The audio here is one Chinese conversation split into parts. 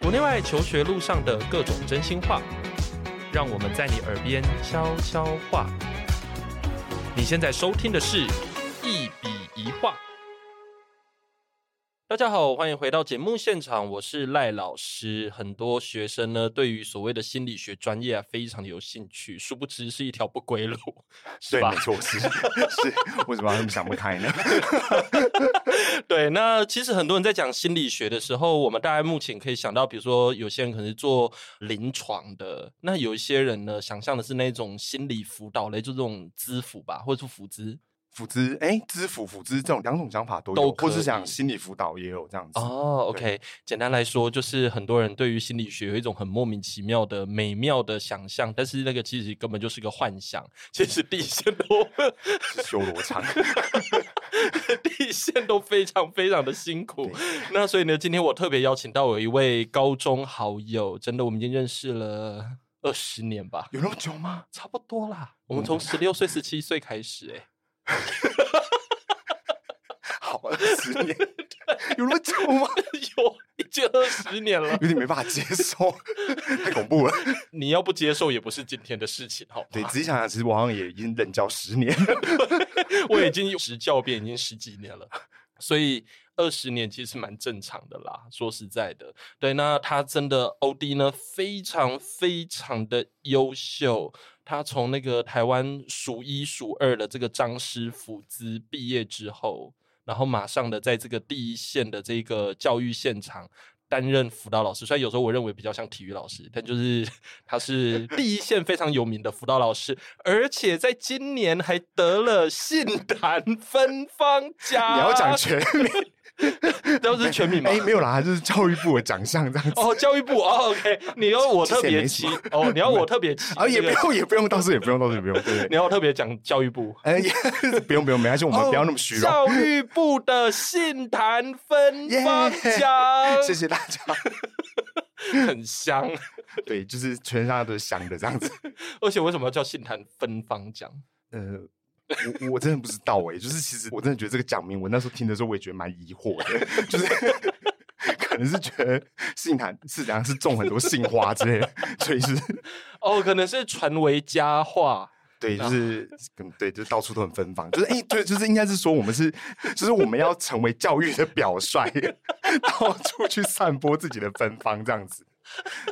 国内外求学路上的各种真心话，让我们在你耳边悄悄话。你现在收听的是《一笔一画》。大家好，欢迎回到节目现场，我是赖老师。很多学生呢，对于所谓的心理学专业啊，非常的有兴趣，殊不知是一条不归路，是对，吧没？错， 是是，为什么要那么想不开呢？ 对，那其实很多人在讲心理学的时候，我们大概目前可以想到，比如说有些人可能是做临床的，那有一些人呢，想象的是那种心理辅导类，就这种咨辅吧，或者是辅资。辅资，哎，知辅辅资这种两种想法都有，都或可是以想心理辅导也有这样子。哦对，OK，简单来说，就是很多人对于心理学有一种很莫名其妙的美妙的想象，但是那个其实根本就是个幻想，其实底线都是修罗 场，地线都非常非常的辛苦对。那所以呢，今天我特别邀请到我一位高中好友，真的我们已经认识了二十年吧，有那么久吗？差不多啦。我们嗯从十六岁、十七岁开始、欸，好，二十年，有那么久吗？ 有已经二十年了。 有点没办法接受，太恐怖了。你要不接受也不是今天的事情，好吗？对，仔细想想，其实我好像也已经任教十年，我已经有执教鞭已经十几年了，所以二十年其实蛮正常的啦。说实在的，对，那他真的 OD 呢，非常非常的优秀。他从那个台湾数一数二的这个张师傅资毕业之后，然后马上的在这个第一线的这个教育现场。担任辅导老师，虽然有时候我认为比较像体育老师，但就是 他 是第一线非常有名的辅导老师，而且在今年还得了杏坛芬芳奖。 你要讲 全名，都是全名吗？哎，没有啦，就是教育部的奖项这样 子。哦，教育部哦，OK，你要我特别其实期也没哦，你要我特别期啊，也这不个用，也不用，到时候也不用，到时候也不用，对。 你要我特别讲教育部。哦哎，也 不用不用，没关系，我们不要那么虚荣。教育部的杏坛芬芳奖谢谢大家。很香。对，就是全身上下都是香的这样子。而且为什么要叫杏坛芬芳奖？呃，我我真的不知道哎、就是其实我真的觉得这个讲名，我那时候听的时候我也觉得蛮疑惑的，就是可能是 觉得杏坛是怎样是种很多杏花之类的，所以是哦，可能是传为佳话。对，就是嗯对，就是到处都很芬芳，就是哎、对，就是应该是说我们是，就是我们要成为教育的表率，到处去散播自己的芬芳这样子。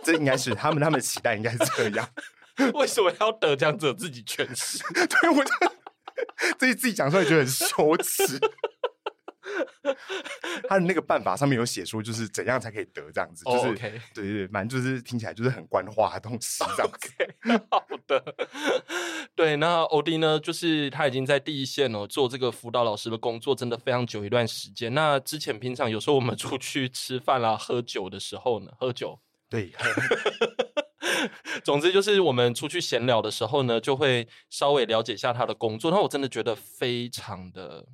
这应该是他们他们的期待应该是这样，为什么要得奖者自己诠释？对我真的自己自己讲出来觉得很羞耻。他的那个办法上面有写说，就是怎样才可以得这样子，哦 就是、 ，OK 对对对，反正就是听起来就是很官话的东西这样 子。好的， 对，那欧弟呢，就是他已经在第一线哦，做这个辅导老师的工作，真的非常久一段时间。那之前平常有时候我们出去吃饭啦、喝酒的时候呢，喝酒， 对，总之就是我们出去闲聊的时候呢，就会稍微了解一下他的工作。那我真的觉得非常的。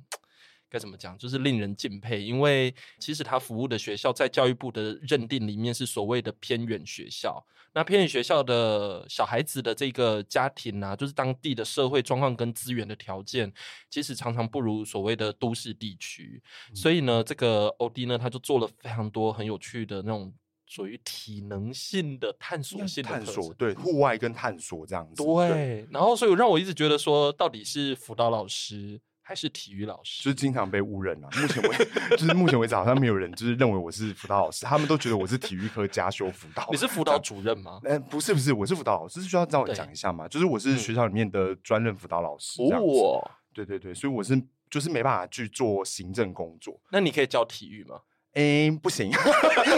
该怎么讲，就是令人敬佩，因为其实他服务的学校在教育部的认定里面是所谓的偏远学校。那偏远学校的小孩子的这个家庭啊，就是当地的社会状况跟资源的条件，其实常常不如所谓的都市地区。所以呢，这个欧弟呢，他就做了非常多很有趣的那种属于体能性的探索性的探特索质对户外跟探索这样子，对，然后所以让我一直觉得说，到底是辅导老师还是体育老师？就是经常被误认啊。目前为就是目前为止，好像没有人就是认为我是辅导老师，他们都觉得我是体育科加修辅导。你 是辅导主任吗？ 呃，不是不是，我是辅导老师，是需要让我对讲一下嘛？就是我是嗯学校里面的专任辅导老师，这样子。哦，对对对，所以我是就是没办法去做行政工作。那你可以教体育吗？哎、不行，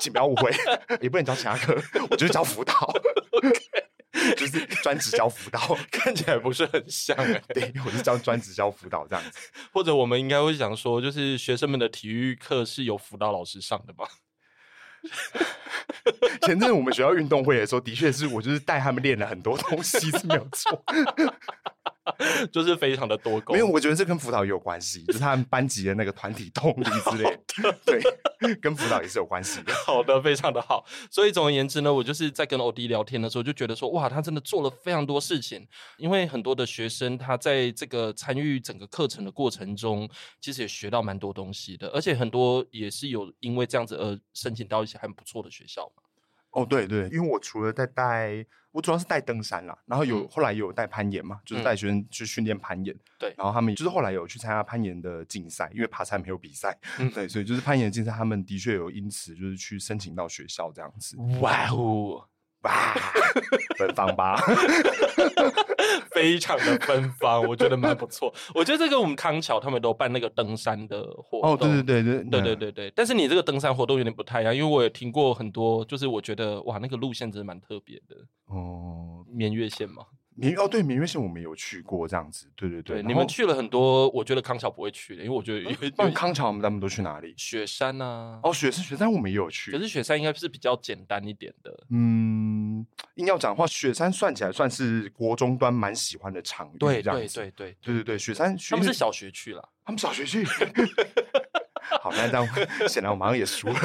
请不要误会，也不能教其他科，我就是教辅 导就是专职教辅导。看起来不是很 像哎、对，我是教专职教辅导这样子。或者我们应该会想说，就是学生们的体育课是由辅导老师上的吗？前阵子我 们学校运动会的时候，的确是我就是带他们练了很多东西是没有错， 就是非常的多功。没有，我觉得这跟辅导也有关系，就是他们班级的那个团体动力之类 的，哦对，跟辅导也是有关系的。好的，非常的好。所以总而言之呢，我就是在跟欧弟聊天的时候，就觉得说，哇，他真的做了非常多事情。因为很多的学生，他在这个参与整个课程的过程中，其实也学到蛮多东西的，而且很多也是有因为这样子而申请到一些很不错的学校嘛。哦，对对，因为我除了在带，我主要是带登山啦，然后有、嗯后来也有带攀岩嘛，就是带学生去训练攀岩。对然后他们就是后来有去参加攀岩的竞赛，因为爬山没有比赛，嗯对，所以就是攀岩竞赛，他们的确有因此就是去申请到学校这样子。哇哦，哇，奔 放吧！非常的芬芳，我觉得蛮不错。我觉得这个我们康桥他们都办那个登山的活动。哦，对对对对对对，对对，但是你这个登山活动有点不太一样，因为我也听过很多，就是我觉得哇，那个路线真的蛮特别的，哦，绵月线嘛。明哦对，明月线我们有去过这样子，对对对，对。然你们后去了很多，我觉得康桥不会去的，因为我觉得有不有然康桥我们他们都去哪里？雪山啊，哦，雪山雪山我们也有去可，是雪山应该是比较简单一点的。嗯，硬要讲的话，雪山算起来算是国中端蛮喜欢的场域，对这样对子对对，对对对，雪山雪他们是小学去了，他们小学去。 好，那这样显然我们好像也输 了。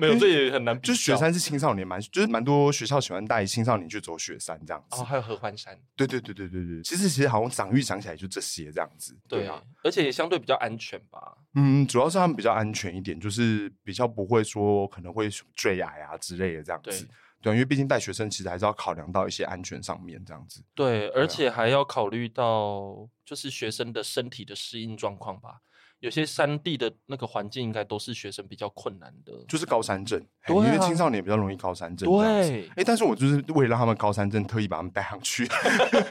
没有，这也很难比较。就是雪山是青少年蛮，就是蛮多学校喜欢带青少年去走雪山这样子。哦，还有合欢山，对对对对对对，其实其实好像长域想起来就这些这样子。对啊，，而且也相对比较安全吧。嗯，主要是他们比较安全一点，就是比较不会说可能会坠崖啊之类的这样子对。对啊，因为毕竟带学生其实还是要考量到一些安全上面这样子。对，对而啊且还要考虑到就是学生的身体的适应状况吧。有些山地的那个环境，应该都是学生比较困难的。就是高山症，嘿对啊因为青少年比较容易高山症。哎、对，诶但是我就是为了让他们高山症，特意把他们带上去，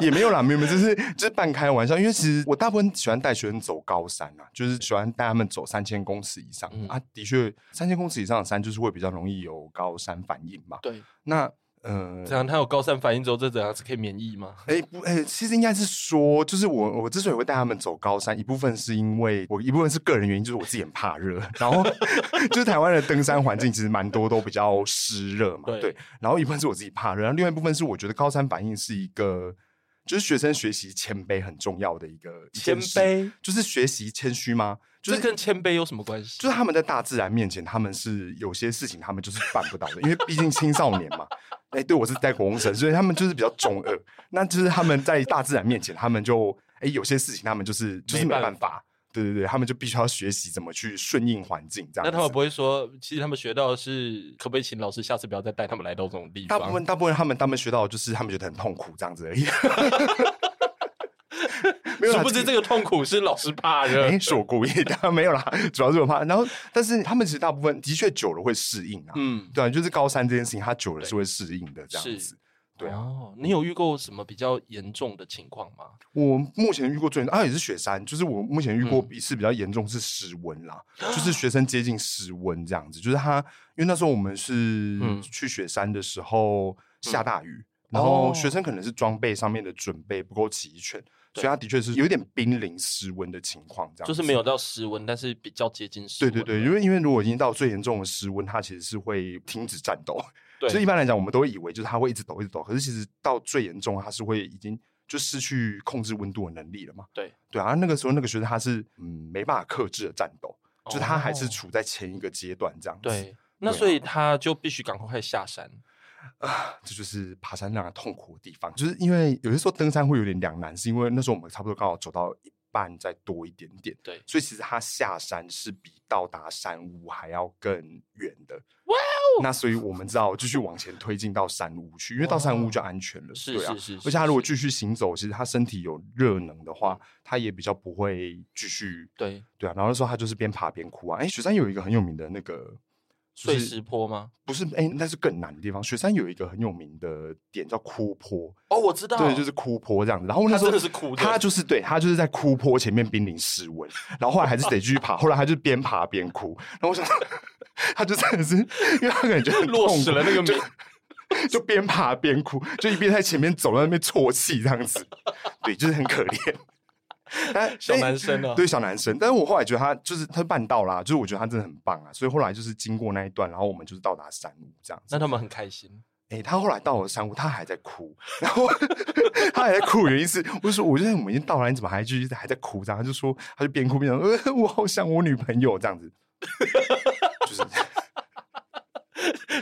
也没有啦，没有，没有，就是就是半开玩笑。因为其实我大部分喜欢带学生走高山啊，就是喜欢带他们走三千公尺以上、嗯啊。的确，三千公尺以上的山就是会比较容易有高山反应嘛。对，那呃，怎样？他有高山反应之后，这怎样是可以免疫吗？哎、不，哎、其实应该是说，就是我我之所以会带他们走高山，一部分是因为我一部分是个人原因，就是我自己很怕热，然后 就是台湾的登山环境其实蛮多都比较湿热嘛，对对，然后一部分是我自己怕热，然后另外一部分是我觉得高山反应是一个。就是学生学习谦卑很重要的一个一谦件事，卑，就是学习谦虚吗？就这是跟谦卑有什么关系？就是他们在大自然面前，他们是有些事情他们就是办不到的，因为毕竟青少年嘛。哎、对我是在国公神，所以他们就是比较中二。那就是他们在大自然面前，他们就哎、有些事情他们就是就是没没办办法法。对对对，他们就必须要学习怎么去顺应环境，这样那子。他们不会说，其实他们学到的是，可不可以请老师下次不要再带他们来到这种地大方？部分大部分他们他们学到的就是他们觉得很痛苦这样子而已。 没有啦殊不知这个痛苦是老师怕热。哎、是我故意的，没有啦，主要是我怕。然后，但是他们其实大部分的确久了会适应啊。嗯，对啊，就是高山这件事情，它久了是会适应的，这是样子。对啊，哦，你有遇过什么比较严重的情况吗？我目前遇过最啊也是雪山，就是我目前遇过嗯一次比较严重是室 温啦，就是学生接近室温这样子，就是他因为那时候我们是嗯去雪山的时候下大雨，然哦后学生可能是装备上面的准备不够齐全，对所以他的确是有点濒临室温的情况，这样就是子没有到失温，但是比较接近失对温对了。对，因为因为如果已经到最严重的失温，它其实是会停止战斗。对所以一般来讲，我们都会以为就是它会一直抖，一直抖。可是其实到最严重，它是会已经就失去控制温度的能力了嘛。对对啊，那个时候那个学生他是嗯没办法克制的战斗，就他还是哦处在前一个阶段这样子。对，那对啊所以他就必须赶快下山。啊， 这就是爬山让人痛苦的地方，就是因为有些时候登山会有点两难，是因为那时候我们差不多刚好走到一半再多一点点，对所以其实它下山是比到达山屋还要更远的。哇哦！那所以我们知道继续往前推进到山屋去，因为到山屋就安全了，是对啊是。是，而且他如果去继续行走，其实他身体有热能的话，他也比较不会继续对对啊。然后那时候他就是边爬边哭啊。哎，雪山有一个很有名的那个碎就是石坡吗？不是，哎、那是更难的地方。雪山有一个很有名的点叫哭坡，哦，我知道，对，就是哭坡这样子。然后那他时真候的是哭的他就是对他就是在哭坡前面濒临失温，然后后来还是得继续爬，后来他就边爬边哭。然后我想说，他就真的是，因为他感觉很落痛实苦了那个名。就边爬边哭，就一边在前面走，在那边啜泣这样子，对，就是很可怜。但哎小男生啊对小男生，但是我后来觉得他就是他办到啦，就是我觉得他真的很棒啊，所以后来就是经过那一段，然后我们就是到达山屋这样子那。他们很开心，哎、他后来到我的山屋，他还在哭，然后他还在哭，原因是我就说，我就在我们已经到了，你怎么还继续还在哭？然后他就说，他就边哭边讲，呃，我好想我女朋友这样子， 就是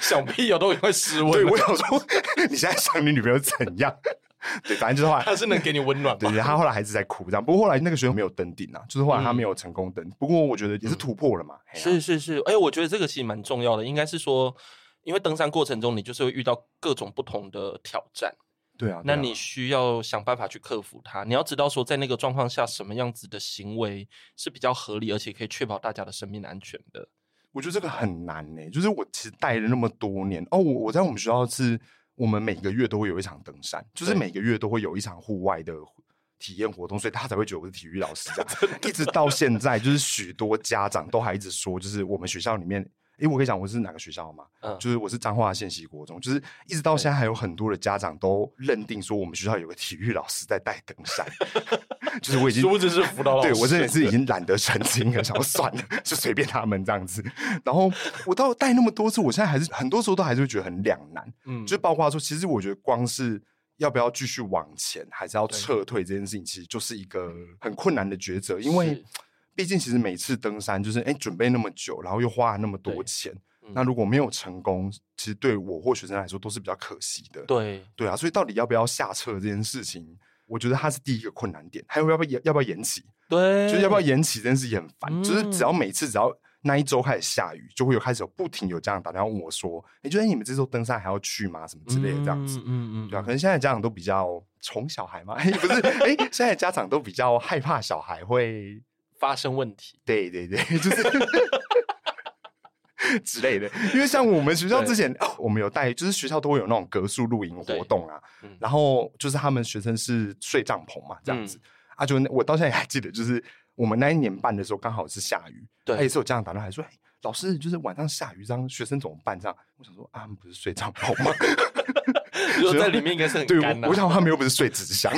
想屁哦，都会失温。对我想说，你现在想你女朋友怎样？ 对，反正就是后来他是能给你温暖对吧？对，他后来还是在哭这样。不过后来那个学生没有登顶啊，就是后来他嗯没有成功登。不过我觉得也是突破了嘛。嘿啊是是是，哎、我觉得这个其实蛮重要的，应该是说，因为登山过程中你就是会遇到各种不同的挑战，对啊，对那啊你需要想办法去克服它。你要知道说，在那个状况下，什么样子的行为是比较合理，而且可以确保大家的生命安全的。我觉得这个很难呢、就是我其实带了那么多年哦，我我在我们学校是，我们每个月都会有一场登山，就是对每个月都会有一场户外的体验活动，所以他才会觉得我是体育老师这样。一直到现在，就是许多家长都还一直说，就是我们学校里面，诶、我可以讲我是哪个学校吗？嗯，就是我是彰化县西国中，就是一直到现在还有很多的家长都认定说我们学校有个体育老师在带登 山，就是我已经殊不知是辅导老师对我真的是已经懒得澄清了，想要算了，就随便他们这样子。然后我到带那么多次，我现在还是很多时候都还是会觉得很两难，嗯就包括说，其实我觉得光是。要不要继续往前，还是要对撤退？这件事情其实就是一个很困难的抉择，因为是毕竟其实每次登山就是哎、诶准备那么久，然后又花了那么多对钱，嗯那如果没有成功，其实对我或学生来说都是比较可惜的。对对啊，所以到底要不要下撤这件事情，我觉得它是第一个困难点。还有要不要延要不要延期，对，就是要不要延期这件事也很烦。就是只要嗯每次只要那一周开始下雨，就会有开始有不停有家长打电话问我说：“你觉得你们这周登山还要去吗？什么之类的这样子。嗯对啊，可能现在家长都比较宠小孩嘛， 哎不是？哎、现在家长都比较害怕小孩会发生问题。对对 对，就是之类的。因为像我们学校之前，哦我们有带，就是学校都会有那种格数露营活动啊对嗯，然后就是他们学生是睡帐篷嘛，这样嗯子、啊，就那我到现在也还记得，就是我们那一年办的时候刚好是下雨，对啊也是有家长打电话来说，哎、老师就是晚上下雨，这样学生怎么办？这样，我想说啊，他们不是睡帐篷吗？ 就在里面应该是很对，干的、我我想他们又不是睡 纸箱，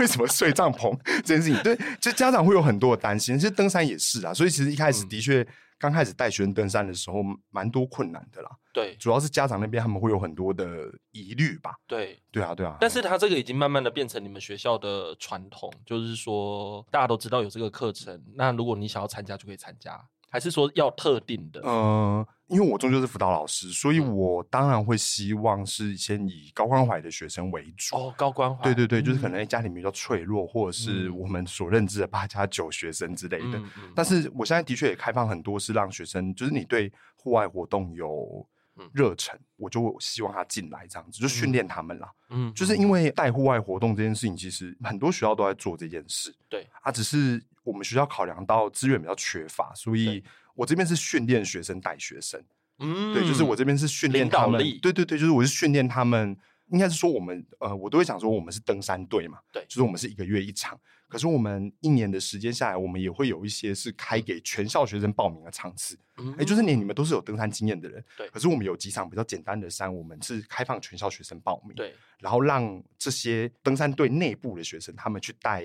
为什么睡帐篷这件事情？对，就家长会有很多的担心，其实登山也是啊，所以其实一开始嗯的确刚开始带学生登山的时候，蛮多困难的啦，对主要是家长那边他们会有很多的疑虑吧。对，对啊，对啊，但是它这个已经慢慢的变成你们学校的传统，就是说大家都知道有这个课程，那如果你想要参加就可以参加，还是说要特定的？呃，因为我终究是辅导老师，所以嗯我当然会希望是先以高关怀的学生为主。哦，高关怀，对对对，就是可嗯能家里面比较脆弱，或者是嗯我们所认知的八加九学生之类的。嗯嗯但是我现在的确也开放很多，是让学生，就是你对户外活动有嗯热忱，我就希望他进来这样子，就训嗯练他们啦。嗯就是因为带户外活动这件事情，其实很多学校都在做这件事。对啊，只是我们学校考量到资源比较缺乏，所以对我这边是训练学生带学生。嗯对，就是我这边是训练他领导们力，对对对，就是我是训练他们，应该是说我们呃，我都会想说我们是登山队嘛，对就是我们是一个月一场，可是我们一年的时间下来，我们也会有一些是开给全校学生报名的场次，嗯哎、就是你你们都是有登山经验的人，对可是我们有几场比较简单的山，我们是开放全校学生报名，，对然后让这些登山队内部的学生他们去带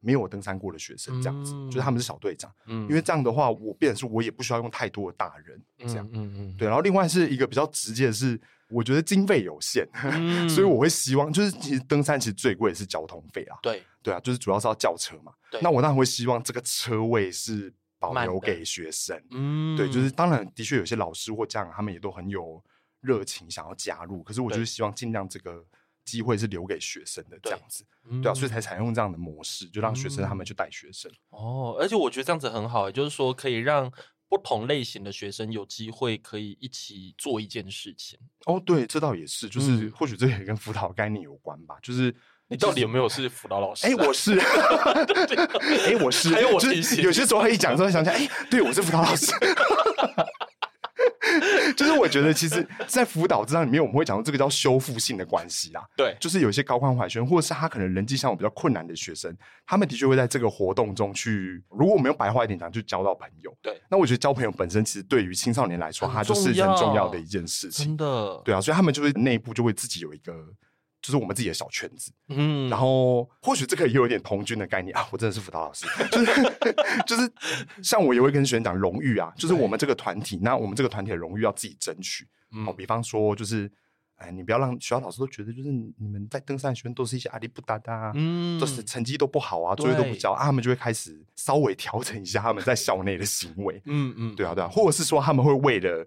没有登山过的学生，这样子，嗯就是他们是小队长，嗯因为这样的话，我变成是我也不需要用太多的大人，这样。嗯 嗯嗯对，然后另外是一个比较直接的是，我觉得经费有限，嗯 所以我会希望就是其实登山其实最贵的是交通费啊，对对啊，就是主要是要轿车嘛对。那我当然会希望这个车位是保慢留的给学生，嗯对，就是当然的确有些老师或家长他们也都很有热情想要加入，可是我就对是希望尽量这个机会是留给学生的对这样子，嗯对啊，所以才采用这样的模式，就让学生他们去带学生。哦，而且我觉得这样子很好，欸就是说可以让不同类型的学生有机会可以一起做一件事情。哦，对，这倒也是，就是嗯或许这也跟辅导概念有关吧，就是。你到底有没有是辅导老师、哎、我 是，哎、我是，还有我就提是醒有些时候一讲之后想起来，哎、对我是辅导老师。 就是我觉得，其实，在辅导这章里面，我们会讲到这个叫修复性的关系啦。对就是有一些高关怀学生，或者是他可能人际上有比较困难的学生，他们的确会在这个活动中去，如果我们用白话一点讲，去交到朋友。对，那我觉得交朋友本身，其实对于青少年来说，很它就是重很重要要的一件事情真。的，对啊，所以他们就是内部就会自己有一个，就是我们自己的小圈子。嗯然后或许这个也有一点童军的概念啊，我真的是辅导老师， 就是就是像我也会跟学生讲荣誉啊，就是我们这个团体，那我们这个团体的荣誉要自己争取，嗯哦，比方说就是，哎，你不要让学校老师都觉得就是你们在登山学院都是一些阿里不达达、啊，嗯都是成绩都不好啊，作业都不对交啊，他们就会开始稍微调整一下他们在校内的行为。嗯嗯，对啊，对啊，或者是说他们会为了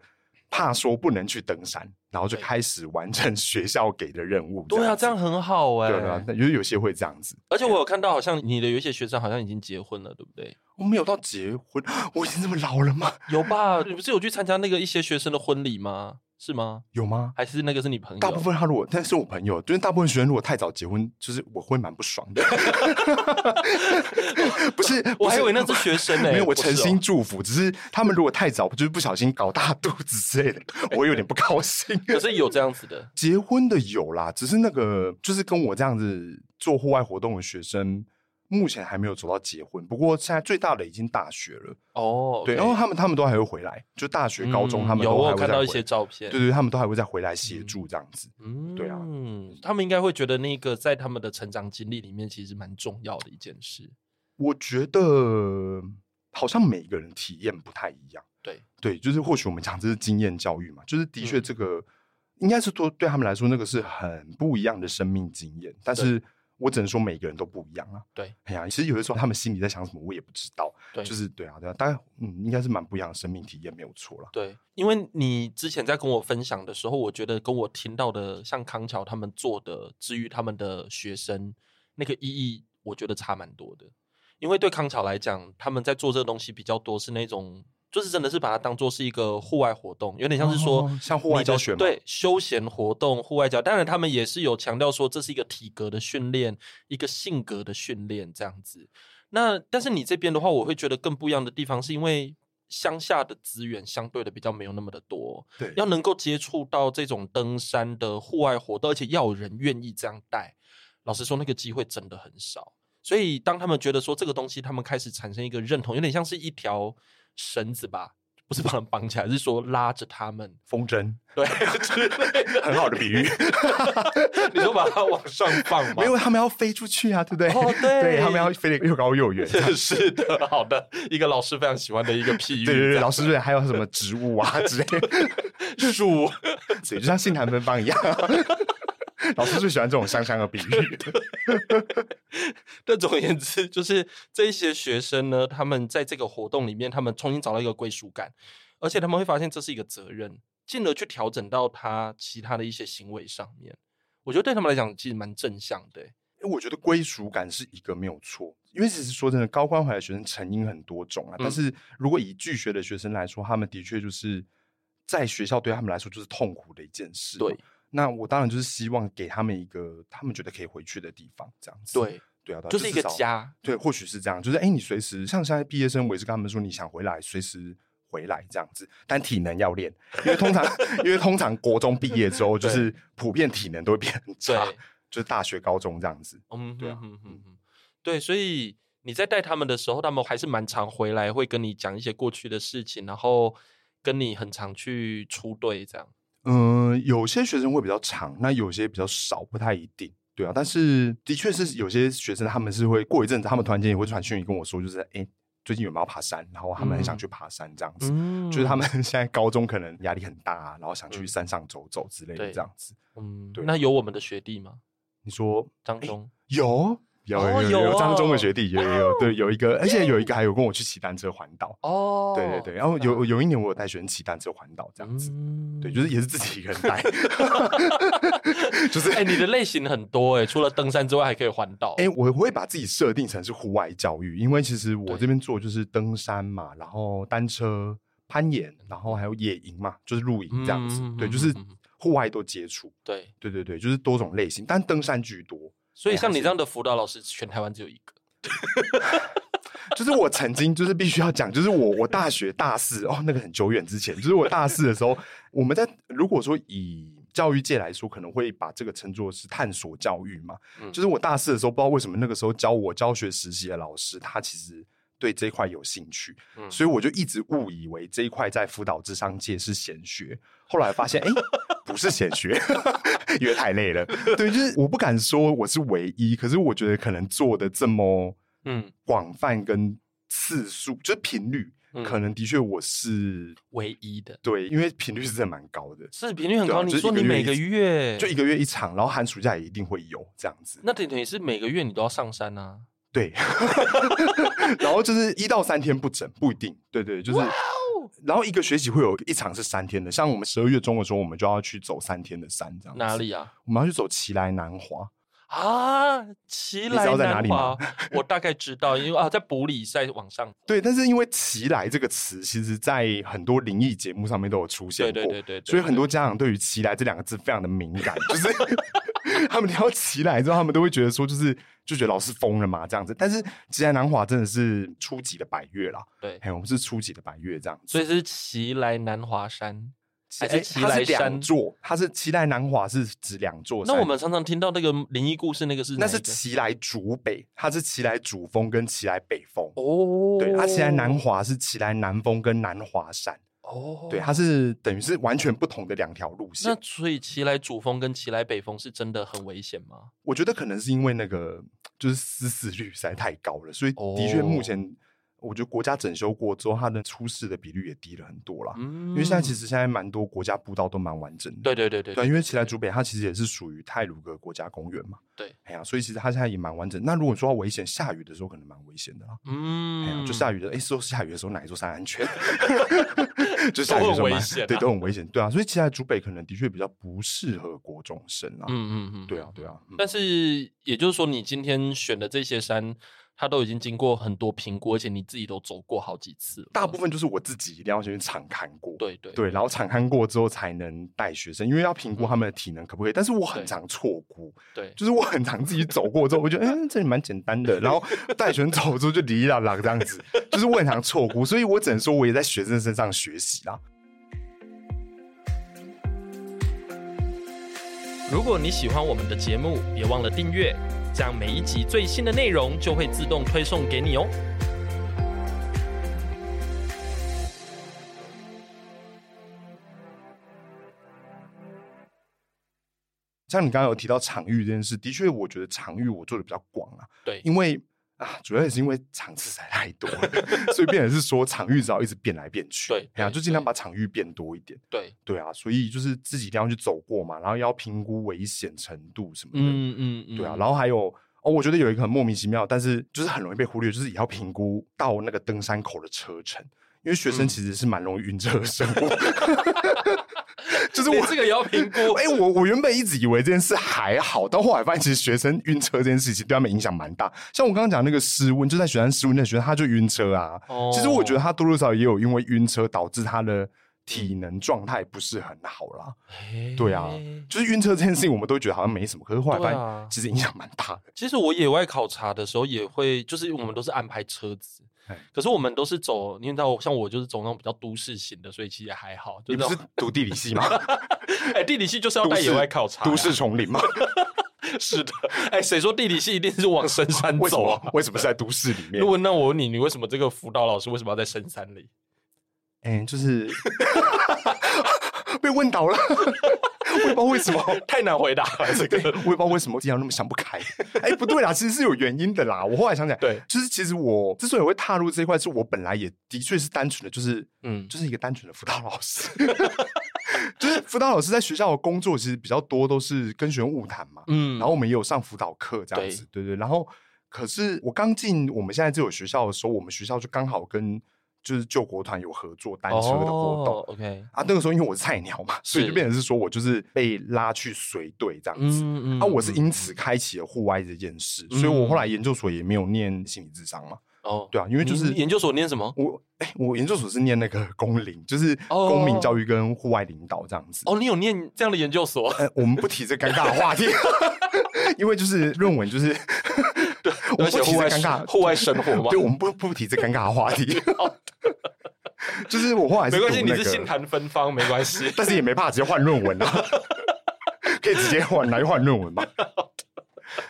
怕说不能去登山，然后就对开始完成学校给的任务。对啊，这样子很好哎、对啊对啊，那啊有有些会这样子。而且我有看到，好像你的有一些学生好像已经结婚了，对不对？我没有到结婚，我已经这么老了吗？有吧？你不是有去参加那个一些学生的婚礼吗？是吗？有吗？还是那个是你朋友？大部分他如果，但是我朋友，就是大部分学生如果太早结婚，就是我会蛮不爽的。 不是，我不还是以为那是学生呢 没有，我不是诚哦心祝福，只是他们如果太早，就是不小心搞大肚子之类的，我会有点不高兴。 可是有这样子的，结婚的有啦，只是那个就是跟我这样子做户外活动的学生，目前还没有走到结婚。不过现在最大的已经大学了，哦，对，然后他们他们都还会回来，就大学、高中他们嗯有都我还有会看再到一回些来照片，对对，他们都还会再回来协助这样子。嗯对啊，他们应该会觉得那个在他们的成长经历里面其实蛮重要的一件事，我觉得好像每个人体验不太一样，对，对，就是或许我们讲这是经验教育嘛，就是的确嗯这个、应该是多对他们来说那个是很不一样的生命经验，但对是我只能说每个人都不一样啊。对，哎呀，其实有的时候他们心里在想什么，我也不知道。对，就是对啊，对啊，大概嗯，应该是蛮不一样的生命体验，没有错啦。对，因为你之前在跟我分享的时候，我觉得跟我听到的，像康桥他们做的，至于他们的学生那个意义，我觉得差蛮多的。因为对康桥来讲，他们在做这个东西比较多是那种，就是真的是把它当做是一个户外活动，有点像是说、哦像户外你的教学嘛对休闲活动、户外教。当然，他们也是有强调说这是一个体格的训练，一个性格的训练这样子。那但是你这边的话，我会觉得更不一样的地方，是因为乡下的资源相对的比较没有那么的多，对要能够接触到这种登山的户外活动，而且要有人愿意这样带。老实说，那个机会真的很少。所以当他们觉得说这个东西，他们开始产生一个认同，有点像是一条绳子吧，不是把他们绑起来，是说拉着他们，风筝对 之类的。很好的 比喻，你说把它往上放吗？ 没有他们要飞出去啊，对不对？哦对 对，他们要飞得又高又远。对是 是的，好的，一个老师非常喜欢的一个譬喻，对对，老师对，还有什么植物 啊之类的， 树，所以就像杏坛芬芳一样。 老师最喜欢这种香香的比 喻，但总而言之，就是这一些学生呢，他们在这个活动里面，他们重新找到一个归属感，而且他们会发现这是一个责任，进而去调整到他其他的一些行为上面。我觉得对他们来讲，其实蛮正向的欸、我觉得归属感是一个没有错，因为其实说真的，高关怀的学生成因很多种啊。但嗯是如果以拒学的学生来说，他们的确就是在学校对他们来说就是痛苦的一件事。对，那我当然就是希望给他们一个他们觉得可以回去的地方，这样子。对，对啊，对啊就是一个至少家。对，或许是这样，就是哎、诶你随时像现在毕业生，我也是跟他们说，你想回来随时回来这样子，但体能要练，因为通常因为通常国中毕业之后，就对是普遍体能都会变很对差，，就是大学、高中这样子。嗯，对啊哼哼哼哼对，所以你在带他们的时候，他们还是蛮常回来，会跟你讲一些过去的事情，然后跟你很常去出队这样。嗯、有些学生会比较长，那有些比较少，不太一定。对啊，但是的确是有些学生，他们是会过一阵子，他们突然间也会传讯息跟我说，就是哎、诶最近有没有要爬山？然后他们很想嗯去爬山这样子。嗯就是他们 现在高中可能压力很大、啊，然后想去嗯山上走走之类的对这样子。嗯对，那有我们的学弟吗？你说张忠，有有哦有有有张忠哦的学弟有有有对有一个，而且有一个还有跟我去骑单车环岛，哦，对对对，然后有有一年我有带学生骑单车环岛这样子，嗯对，就是也是自己一个人带， 就是哎、你的类型很多哎、除了登山之外，还可以环岛。哎，我我会把自己设定成是户外教育，因为其实我对这边做就是登山嘛，然后单车、攀岩，然后还有野营嘛，就是露营这样子嗯，对，就是嗯嗯嗯嗯户外都接触，对，对对对，就是多种类型，但登山居多。所以哎像还你是这样的辅导老师，全台湾只有一个。就是我曾经就是必须要讲，就是我我大学大四哦，那个很久远之前，就是我大四的时候，我们在如果说以教育界来说，可能会把这个称作是探索教育嘛。嗯就是我大四的时候，不知道为什么那个时候教我教学实习的老师，他其实对这一块有兴趣，嗯所以我就一直误以为这一块在辅导智商界是显学，后来发现哎、诶不是显学， 因为太累了。对，就是我不敢说我是唯一，可是我觉得可能做的这么。嗯，广泛跟次数，就是频率，嗯可能的确我是唯一的对，因为频率是真的蛮高的，是频率很高。对啊你就是说一个你月每一个月就一个月一场，然后寒暑假也一定会有这样子。那等于是每个月你都要上山啊？对， 然后就是一到三天不整，不一定。对对，就是。哦然后一个学期会有一场是三天的，像我们十二月中的时候，我们就要去走三天的山，这样子哪？里啊？我们要去走奇来南华。啊，奇你知道来在哪南里华吗，我大概知道，因为啊，在埔里在往 上，对，但是因为“奇来”这个词，其实在很多灵异节目上面都有出现对过，对对对，对所以很多家长对于“奇来”这两个字非常的敏感，就是 他们听到“奇来”之后，他们都会觉得说，就是就觉得老师疯了嘛这样子。但是奇来南华真的是初级的百越啦，对，哎，我们是初级的百越这样子，所以是奇来南华山。其还是哎奇它来是山两座，它是奇来南华是指两座山，那我们常常听到那个灵异故事，那个是哪那一是个奇来主北，它是奇来主峰跟奇来北峰。哦，对，它奇来南华是奇来南峰跟南华山，哦，对，它是等于是完全不同的两条路线那。所以奇来主峰跟奇来北峰是真的很危险吗？我觉得可能是因为那个就是失事率实在太高了，所以的确哦目前我觉得国家整修过之后，它的出事的比率也低了很多啦。嗯，啊因为现在其实现在蛮多国家步道都蛮完整的，对对对对对，因为奇莱主北它其实也是属于泰鲁格国家公园嘛。对，哎呀，所以其实它现在也蛮完整。那如果说要危险，下雨的时候可能蛮危险的啦。哎呀嗯，，就下雨的，哎，说下雨的时候哪一座山 安全？就下雨都的很时候危蛮险对，啊都很危险。对啊，所以奇莱主北可能的确比较不适合国中生啊。嗯嗯嗯，对啊，对啊。嗯但是也就是说，你今天选的这些山，它都已经经过很多评估，而且你自己都走过好几次了。大部分就是我自己一定要先去场勘过。。对对对，然后场勘过之后才能带学生，因为要评估他们的体能可不可以。但是我很对常错估，对，就是我很常自己走过之后，我觉得 嗯，这里蛮简单 的，然后带选走之后就离了朗这样子，就是我很常错估，所以我只能说我也在学生身上学习啦。如果你喜欢我们的节目，别忘了订阅，这样每一集最新的内容就会自动推送给你哦。像你刚刚有提到场域这件事，的确我觉得场域我做的比较广啊，对，因为啊，主要也是因为场次实在太多了， 所以变成是说场域只要一直变来变去，对哎呀，对就尽量对把场域变多一点。对，对啊，所以就是自己一定要去走过嘛，然后要评估危险程度什么的。嗯嗯嗯，对啊，然后还有哦，我觉得有一个很莫名其妙，但是就是很容易被忽略，就是也要评估到那个登山口的车程，因为学嗯生其实是蛮容易晕车的生 物。就是你我。这个也要评估 哎、我我原本一直以为这件事还好，到后来发现其实学生晕车这件事情对他们影响蛮大。像我刚刚讲那个失温，就在雪山失温那学生他就晕车啊。哦其实我觉得他多多少少也有因为晕车导致他的体能状态不是很好啦。对啊哎就是晕车这件事情，我们都觉得好像没什么，可是后来发对啊现其实影响蛮大的。其实我野外考察的时候也会，就是我们都是安排车子哎，可是我们都是走，你知道，像我就是走那种比较都市型的，所以哦其实也还好。就是你那不是种读地理 系吗？哎，地理系就是要带野外考察呀， 都市丛林吗？是的。哎，谁说地理系一定是往深山 为什走啊么？？为什么是在都市里面如？果那我问你，你为什么这个辅导老师为什么要在深山里？哎、就是 被问倒了， 我也不知道为什么。太难回答了，这 对，我个也不知道为什么经常那么想不开。 哎、不对啦，其实是有原因的啦。我后来想起来，对，就是其实我之所以会踏入这一块，是我本来也的确是单纯的，就是嗯嗯，就是一个单纯的辅导老师。 就是辅导老师在学校的工作，其实比较多都是跟学生物谈嘛。嗯然后我们也有上辅导课这样子，对对。然后，可是我刚进我们现在这所学校的时候，我们学校就刚好跟就是救国团有合作单车的活动。哦、，OK，啊，那个时候因为我是菜鸟嘛，所以是就变成是说我就是被拉去随队这样子。嗯嗯啊，我是因此开启了户外这件事，所以我后来研究所也没有念心理智商嘛。哦，对啊，因为就是你研究所念什么？我哎、我研究所是念那个公领，就是哦公民教育跟户外领导这样子。哦，你有念这样的研究所？呃，我们不提这尴尬的 话题，因为就是论文就是，对， 我们而且不提户这外尴尬，户外生活吗 对，我们不不提这尴尬的 话题。就是我后来是没关系，读你那是个。信坛芬芳，没关系 但是也没办法直接换论文啊， 可以直接换来换论 文吧。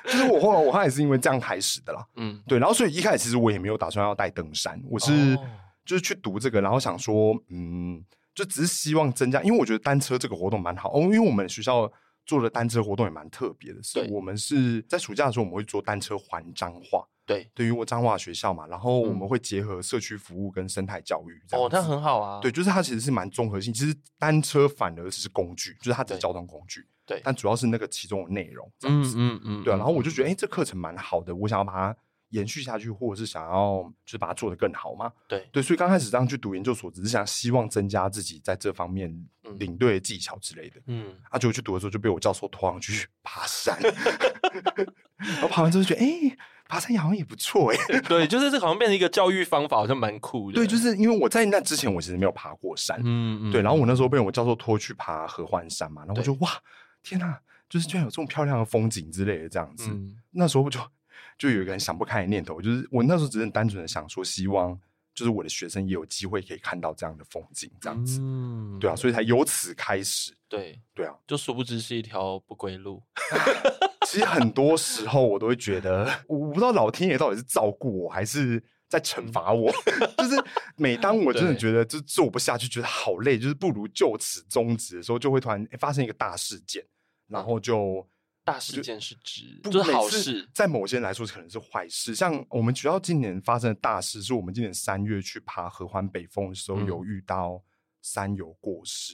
就是我后来我后来也是因为这样开始的啦，嗯，对，然后所以一开始其实我也没有打算要带登山，我是、哦就是去读这个，然后想说，嗯，就只是希望增加，因为我觉得单车这个活动蛮好哦，因为我们学校做的单车活动也蛮特别的，是对我们是在暑假的时候我们会做单车环章化，对，嗯对于我彰化学校嘛，然后我们会结合社区服务跟生态教育这样哦，子。那很好啊，对，就是它其实是蛮综合性。其实单车反而只是工具，就是它只是对交通工具，对，但主要是那个其中的内容这样嗯子。嗯嗯，对啊，嗯然后我就觉得，哎、这课程蛮好的，我想要把它延续下去，或者是想要就是把它做得更好嘛。对，对，所以刚开始这样去读研究所，只是想希望增加自己在这方面嗯领队的技巧之类的。嗯，啊，结果去读的时候就被我教授拖上去爬山， 然后爬完之后就觉得，哎、爬山好像也不错哎、 对，就是这好像变成一个教育方法，好像蛮酷的。对，就是因为我在那之前我其实没有爬过山，嗯，嗯对，然后我那时候被我教授拖去爬合欢山嘛，然后我就哇，天哪、就是居然有这么漂亮的风景之类的这样子。嗯那时候我就就有一个很想不开的念头，就是我那时候只是单纯的想说，希望就是我的学生也有机会可以看到这样的风景，这样子，嗯对啊，所以才由此开始，对，对啊。就殊不知是一条不归路。其实很多时候我都会觉得，我我不知道老天爷到底是照顾我还是。在惩罚我， 就是每当我真的嗯对觉得就做不下去，觉得好累，就是不如就此终止的时候，就会突然、诶发生一个大事件，嗯然后就大事件是指不就是每好次事，在某些人来说可能是坏事。像我们学校今年发生的大事，是我们今年三月去爬合欢北峰的时候，嗯有遇到山友过世。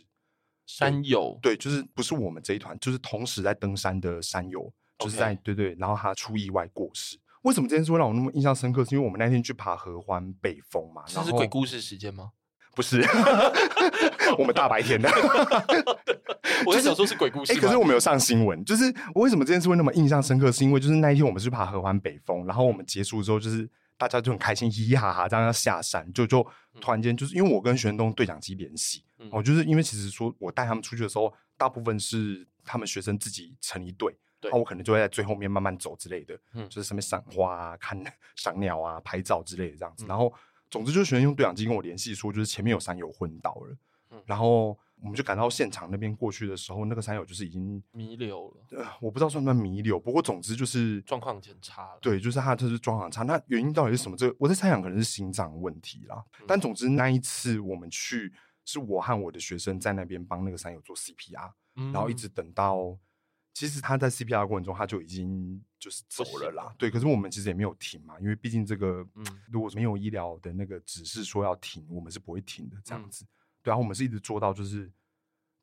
山友，对，就是不是我们这一团，就是同时在登山的山友，就是在 OK 对对，然后他出意外过世。为什么这件事会让我那么印象深刻？是因为我们那天去爬合欢北峰嘛，这然是后鬼故事时间吗？不是 我们大白 天的，我在想说是鬼故事哎、吗，可是我们有上新闻，就是我为什么这件事会那么印象深刻，是因为就是那一天我们是爬合欢北峰，然后我们结束之后，就是大家就很开心，嘻嘻哈哈，这样要下山，就就突然间就是因为我跟玄东对讲机联系，嗯哦，就是因为其实说我带他们出去的时候，大部分是他们学生自己成一队。对那、我可能就会在最后面慢慢走之类的，嗯就是上面赏花啊、看 赏鸟啊、拍照之类的这样子。嗯然后，总之就是学生用对讲机跟我联系说，就是前面有山友昏倒了，嗯然后我们就赶到现场那边过去的时候，那个山友就是已经弥留了，呃，我不知道算不算弥留，不过总之就是状况检查了。对，就是他就是装很差。那原因到底是什么？这个我在猜想可能是心脏问题啦。嗯但总之那一次我们去，是我和我的学生在那边帮那个山友做 CPR，、嗯，然后一直等到。其实他在 CPR 的过程中，他就已经就是走行了啦了。对，可是我们其实也没有停嘛，因为毕竟这个，嗯如果没有医疗的那个指示说要停，我们是不会停的。这样嗯子，对啊，我们是一直做到就是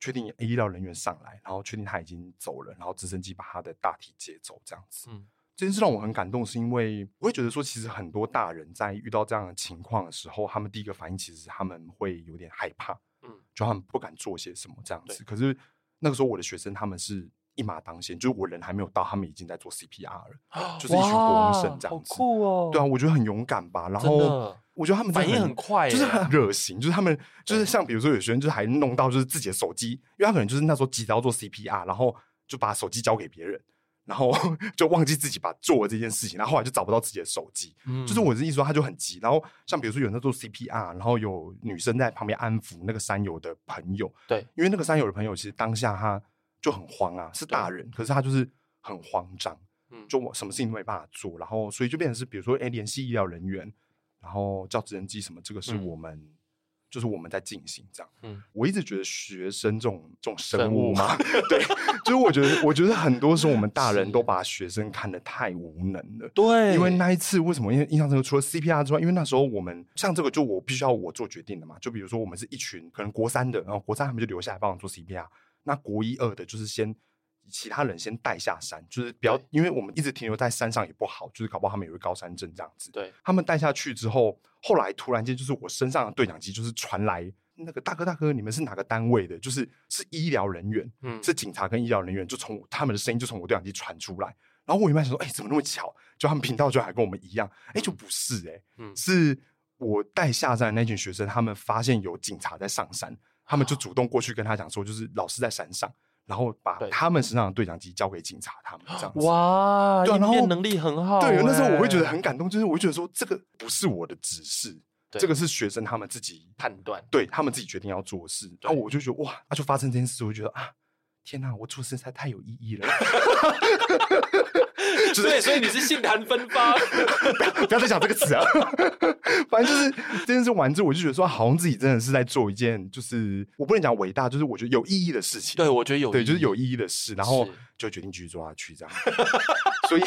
确定医疗人员上来，然后确定他已经走了，然后直升机把他的大体接走，这样子。嗯这件事让我很感动，是因为我会觉得说，其实很多大人在遇到这样的情况的时候，他们第一个反应其实他们会有点害怕，嗯就他们不敢做些什么这样对子。可是那个时候我的学生他们是一马当先，就是我人还没有到，他们已经在做 CPR 了。哦就是一群国哇中生这样好子酷哦。对啊，我觉得很勇敢吧。然真后的我觉得他们真反的应很快就是耶很热心，就是他们就是对像比如说有些人就是还弄到就是自己的手机，因为他可能就是那时候急着要做 CPR，然后就把手机交给别人。然后 就忘记自己把做了这件事情，然后后来就找不到自己的手机，嗯就是我的意思说，他就很急。然后像比如说有人在做 CPR，然后有女生在旁边安抚那个山友的朋友，对因为那个山友的朋友其实当下他就很慌啊，是大人，可是他就是很慌张，嗯就我什么事情都没办法做，然后所以就变成是比如说，哎，联系医疗人员，然后叫直升机什么，这个是嗯我们、就是我们在进行这样。嗯我一直觉得学生这种这种生生物物 嘛，对，就是我觉得我觉得很多时候我们大人是都把学生看得太无能了。对，因为那一次为什么？因为印象深刻，除了 CPR 之外，因为那时候我们像这个，就我必须要我做决定的嘛。就比如说，我们是一群可能国三的，然后国三他们就留下来帮我做 CPR。那国一二的，就是先其他人先带下山，就是不要对，因为我们一直停留在山上也不好，就是搞不好他们也会高山症这样子。对他们带下去之后，后来突然间就是我身上的对讲机就是传来那个大哥大哥，你们是哪个单位的？就是是医疗人员，嗯是警察跟医疗人员，就从我他们的声音就从我对讲机传出来。然后我原本想说，哎、怎么那么巧？就他们频道就还跟我们一样，哎、就不是哎、嗯是我带下山的那群学生，他们发现有警察在上山，他啊们就主动过去跟他讲说，就是老师在山上，然后把对他们身上的对讲机交给警察，他们这样子。哇，对啊应然后变能力很好。对，那时候我会觉得哎很感动，就是我会觉得说，这个不是我的指示，对这个是学生他们自己判断，对他们自己决定要做的事。然后我就觉得哇，那、就发生这件事，我就觉得啊，天哪，我做事实在太有意义了。就 是对，所以你是杏坛芬 芳。不要不要再讲这个词啊！反正就是这件事完之后，我就觉得说，好像自己真的是在做一件，就是我不能讲伟大，就是我觉得有意义的事情。对，我觉得有对，就是意义有意义的事，然后是 就决定继续做下去这样。所以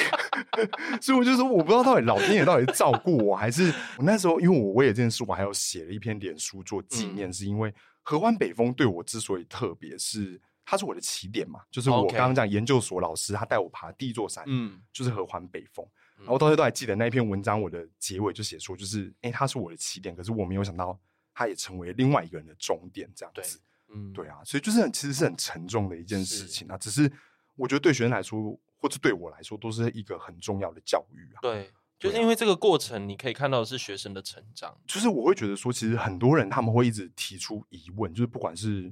所以我就说，我不知道到底老天爷到底是照顾我，还是我那时候，因为我为了这件事，我还有写了一篇脸书做纪嗯念，是因为合欢北风对我之所以特别，是它是我的起点嘛，就是我 OK 刚刚讲研究所老师他带我爬第一座山，嗯，就是合欢北峰。嗯然后我到现在都还记得那一篇文章，我的结尾就写说，就是哎，诶它是我的起点，可是我没有想到，它也成为另外一个人的终点，这样对子。嗯，哦对啊，所以就是很其实是很沉重的一件是事情啊。只是我觉得对学生来说，或者对我来说，都是一个很重要的教育啊。对，就是对啊因为这个过程，你可以看到的是学生的成长。就是我会觉得说，其实很多人他们会一直提出疑问，就是不管是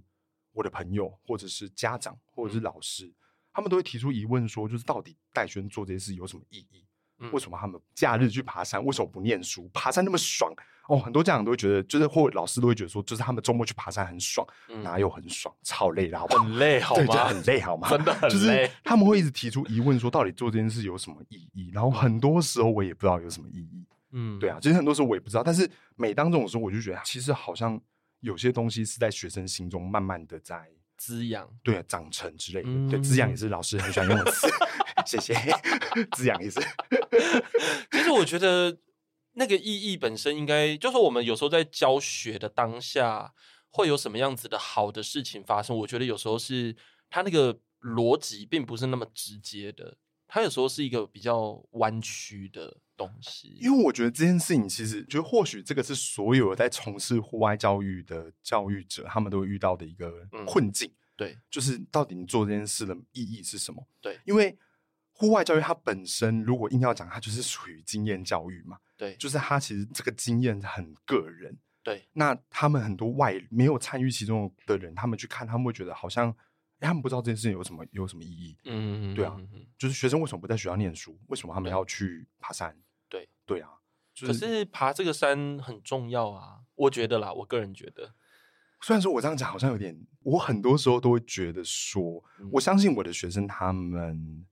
我的朋友，或者是家长，或嗯者是老师，他们都会提出疑问说，就是到底带学生做这些事有什么意义？嗯为什么他们假日去爬山，为什么不念书？爬山那么爽哦，很多家长都会觉得，就是或老师都会觉得说，就是他们周末去爬山很爽，嗯哪有很爽？超累的好不好？很累，好对，就吗？ 很累，好吗？真的很就是累他们会一直提出疑问，说到底做这件事有什么意义？然后很多时候我也不知道有什么意义。嗯，对啊，，其实很多时候我也不知道，但是每当这种时候，我就觉得其实好像有些东西是在学生心中慢慢的在滋养。对、啊、长成之类的。嗯对，滋养也是老师很喜欢用的 词，谢谢。滋养也是，其实我觉得那个意义本身应该，就是我们有时候在教学的当下会有什么样子的好的事情发生。我觉得有时候是它那个逻辑并不是那么直接的，它有时候是一个比较弯曲的东西。因为我觉得这件事情其实，就或许这个是所有在从事户外教育的教育者他们都会遇到的一个嗯困境。对，就是到底你做这件事的意义是什么？对因为户外教育它本身，如果硬要讲，它就是属于经验教育嘛，对，就是它其实这个经验很个人。对，那他们很多外没有参与其中的人，他们去看，他们会觉得好像，诶他们不知道这件事情有什么有什么意义。嗯，对啊嗯嗯嗯就是学生为什么不在学校念书？为什么他们对要去爬山？对，对啊，就可是爬这个山很重要啊，我觉得啦，我个人觉得，虽然说我这样讲好像有点，我很多时候都会觉得说，嗯我相信我的学生他们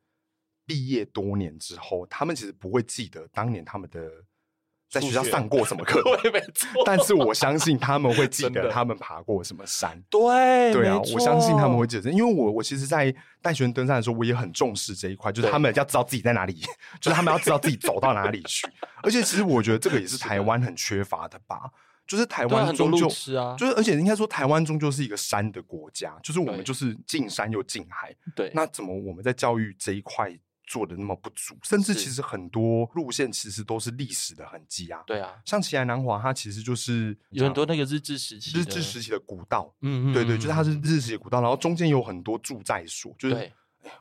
毕业多年之后，他们其实不会记得当年他们的在学校数学上过什么课， 对，没错，但是我相信他们会记真得的他们爬过什么山。对，对啊，没我相信他们会错记得，因为我我其实，在带学生登山的时候，我也很重视这一块，就是对他们要知道自己在哪里，就是他们要知道自己走到哪里去。而且，其实我觉得这个也是 是的台湾很缺乏的吧，就是台对啊湾很多终路究痴啊，就是，而且应该说，台湾终究是一个山的国家，就是我对们就是近山又近海。对，那怎么我们在教育这一块做的那么不足？甚至是其实很多路线其实都是历史的痕迹啊。对啊，像奇莱南华，它其实就是有很多那个日治时期的，日治时期的古道，嗯，嗯对对，就是它是嗯日治时期的古道，然后中间有很多住宅所，就是对哎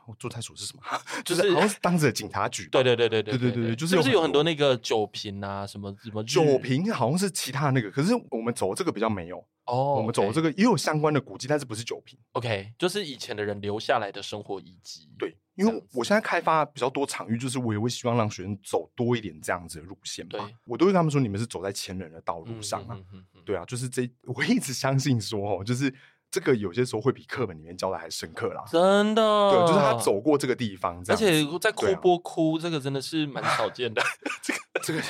我住宅所是什么？就 就是是好像是当时的警察局吧。对对对对对对对对对就是是不是有有很很多多那个酒瓶啊，什么什么日酒瓶好像是其他那个，可是我们走这个比较没有，哦，我们走这个个也有相关的古迹，但是不是酒瓶。 OK，就是以前的人留下来的生活遗迹，嗯对，这因为样子我现在开发比较多场域，就是我也会希望让学生走多一点这样子的路线吧对。我都会跟他们说，你们是走在前人的道嗯，路上啊。嗯，嗯嗯嗯对啊，就是这，我一直相信说哦，就是这个有些时候会比课本里面教的还深刻啦。真的，对，就是他走。过这个地方，这而样子且在哭对啊波哭，这个真的是蛮少见的。 这个，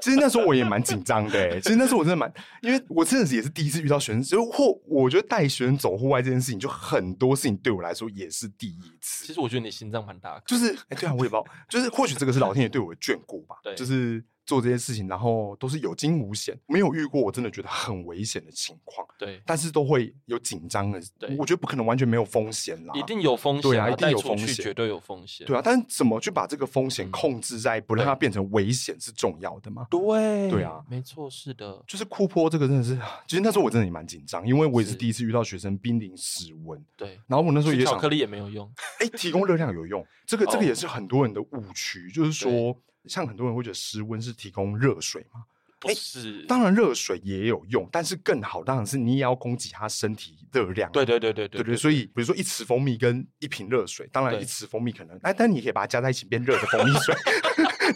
其实那时候我也蛮紧张的、欸。其实那时候我真的蛮，因为我真的是也是第一次遇到学生，就或我觉得带学生走户外这件事情，就很多事情对我来说也是第一次。其实我觉得你心脏蛮大的，就是、哎，对啊，我也不知道，就是或许这个是老天爷对我的眷顾吧。对就是做这些事情，然后都是有惊无险，没有遇过我真的觉得很危险的情况，对，但是都会有紧张的对。我觉得不可能完全没有风险啦，一定有风险、对啊一定带有出风去险绝对有风险。对啊。但怎么去把这个风嗯险控制在不让它变成危险是重要的嘛？对对啊没错，是的，就是库坡这个真的是，其实那时候我真的也蛮紧张，因为我也是是第一次遇到学生濒临死亡，对。然后我那时候吃也巧想克，力也没有用，哎、提供热量有用，这个这哦个也是很多人的误区，就是说，像很多人会觉得室温是提供热水嘛，不是？当然热水也有用，但是更好当然是你也要供给他身体热量啊，对对对对对对对，所以比如说一匙蜂蜜跟一瓶热水，当然对一匙蜂蜜可能，哎，但你可以把它加在一起变热的蜂蜜 水，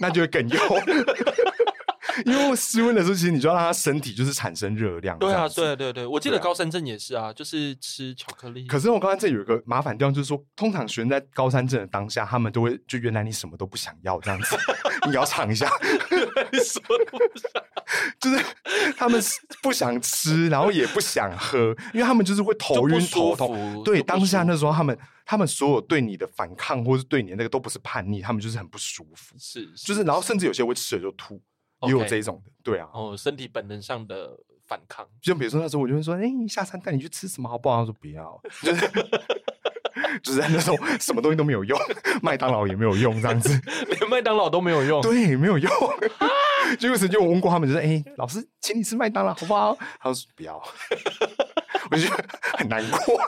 那就会更有。因为室温的时候，其实你就要让它身体就是产生热量。对这啊，样子。对对对，我记得对啊高山症也是啊，就是吃巧克力。可是我刚刚这有一个麻烦地方，就是说，通常学生在高山症的当下，他们 都会就原来你什么都不想要这样子，你要唱一下，你说的不是就是 他们是不想吃，然后也不想喝，因为他们就是会头就晕头不舒服痛。对，就不舒服当下那时候他们他们所有对你的反抗，或是对你的那个都不是叛逆，他们就是很不舒服，是就是然后甚至有些会吃了就吐，也有 OK 这一种的。对啊，哦，身体本能上的反抗， 就比如说那时候我就会说，哎、下山带你去吃什么好不好？他说不要，就是 就是在那种什么东西都没有用，麦当劳也没有用，这样子，连麦当劳都没有用。对，没有 用。就有曾经我问过他们，就是哎、老师，请你吃麦当劳好不好？他说不要， 我就觉得很难 过，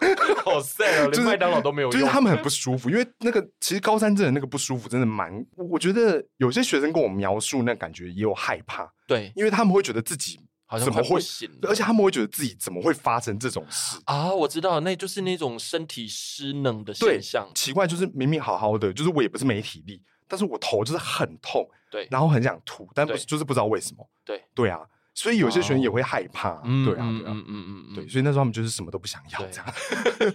好 sad 哦，啊就连是麦当劳都没有就是用。他们很不舒服，因为那个其实高三真的那个不舒服真的蛮，我觉得有些学生跟我描述那感觉也有害怕，对，因为他们会觉得自己好像怎快么不会行了，而且他们会觉得自己怎么会发生这种事。啊，我知道，那就是那种身体失能的对现象。奇怪，就是明明好好的，就是我也不是没体力，但是我头就是很痛，对，然后很想吐，但不对是就是不知道为什么。对，对啊，所以有些学生也哦会害怕。嗯对啊，嗯对啊嗯，嗯嗯，对，嗯。所以那时候他们就是什么都不想要对这样。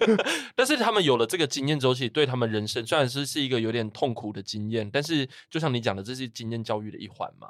但是他们有了这个经验之后，其实对他们人生虽然是是一个有点痛苦的经验，但是就像你讲的，这是经验教育的一环嘛，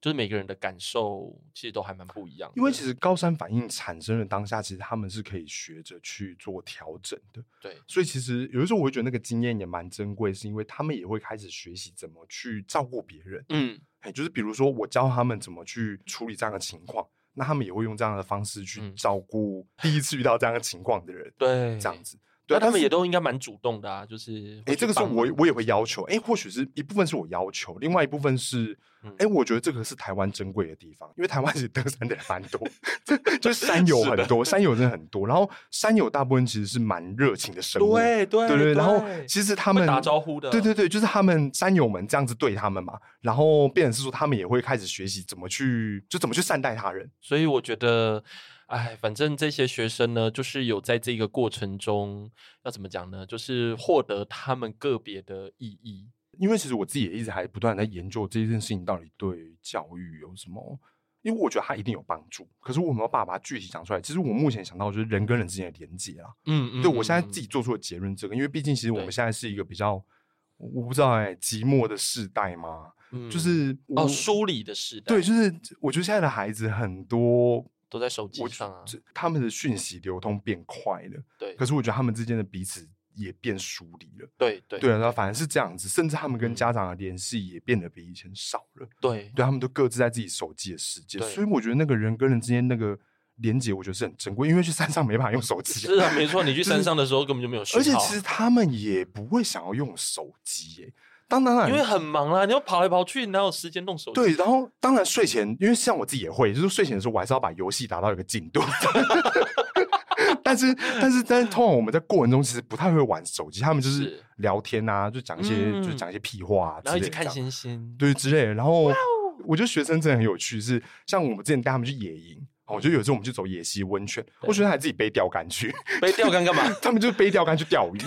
就是每个人的感受其实都还蛮不一样的。因为其实高山反应产生的当下，其实他们是可以学着去做调整的。对所以其实有的时候我会觉得那个经验也蛮珍贵，是因为他们也会开始学习怎么去照顾别人。嗯，哎，就是比如说我教他们怎么去处理这样的情况，那他们也会用这样的方式去嗯照顾第一次遇到这样的情况的人。对，这样。子。对对啊，他们也都都应该蛮主动的啊，就是哎、会去这个是帮我忙我也会要求，哎、或许是一部分是我要求，另外一部分是，哎、嗯我觉得这个是台湾珍贵的地方，因为台湾其实登山的人蛮 多，就是山友是很的多，山友真的很多，然后山友大部分其实是蛮热情的生物，对对对然后对其实他会们打招呼的，对对对，就是他们山友们这样子对他们嘛，然后变成是说他们也会开始学习怎么去，就怎么去善待他人。所以我觉得，哎，反正这些学生呢，就是有在这个过程中，要怎么讲呢？就是获得他们个别的意义。因为其实我自己也一直还不断地在研究这件事情到底对教育有什么，因为我觉得它一定有帮助。可是我有没有办法把它具体讲出来？其实我目前想到就是人跟人之间的连接啊。嗯嗯对我现在自己己做出的结论，这个，因为毕竟其实我们对现在是一个比较，我不知道哎、寂寞的世代嘛，就是哦，我梳理的时代，对，就是我觉得现在的孩子很多，都在手机我上啊。这他们的讯息流通变快了，对可是我觉得他们之间的彼此也变疏离了。对对对啊，那反而是这样子，甚至他们跟嗯家长的联系也变得比以前少了。 对对，他们都各自在自己手机的世界，对所以我觉得那个人跟人之间那个连接，我觉得是很珍贵，因为去山上没办法用手机是啊、啊，没错。你去山上的时候根本就没有讯而且号啊，其实他们也不会想要用手机耶、当当然，因为很忙啊啦，你要跑来跑去，哪有时间弄手机？对，然后当然睡前，因为像我自己也会，就是睡前的时候，我还是要把游戏达到一个进度。 但是，但是，但是，通常我们在过程中其实不太会玩手机，他们就是是聊天啊，就讲一些，就嗯讲一些屁话啊，然后一之直类的看这星样星。对之类的。然后哦我觉得学生真的很有趣是，像我们之前带他们去野营，哦，就有时候我们去走野溪温泉，我学生还自己背钓竿去， 被钓竿干嘛？他们就背钓竿去钓鱼。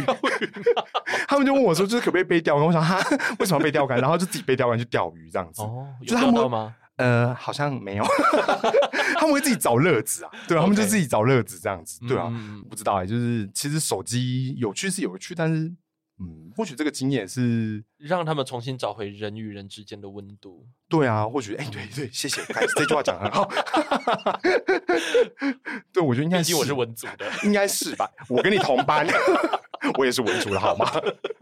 他们就问我说，就是可不可以背钓竿？我想哈，为什么要背钓竿？然后就自己背钓竿去钓鱼这样子。哦，有就他钓们到会吗？呃，好像没有， 他们会自己找乐子啊，对啊，他们就 OK 自己找乐子这样子，对啊，嗯嗯嗯不知道哎、就是其实手机有趣是有趣，但是嗯，或许这个经验是让他们重新找回人与人之间的温度。对啊，或许哎、对对，谢谢，感这句话讲得很好。对，我觉得应该毕是，竟我是文组的，应该是吧？我跟你同班，我也是文组的好吗？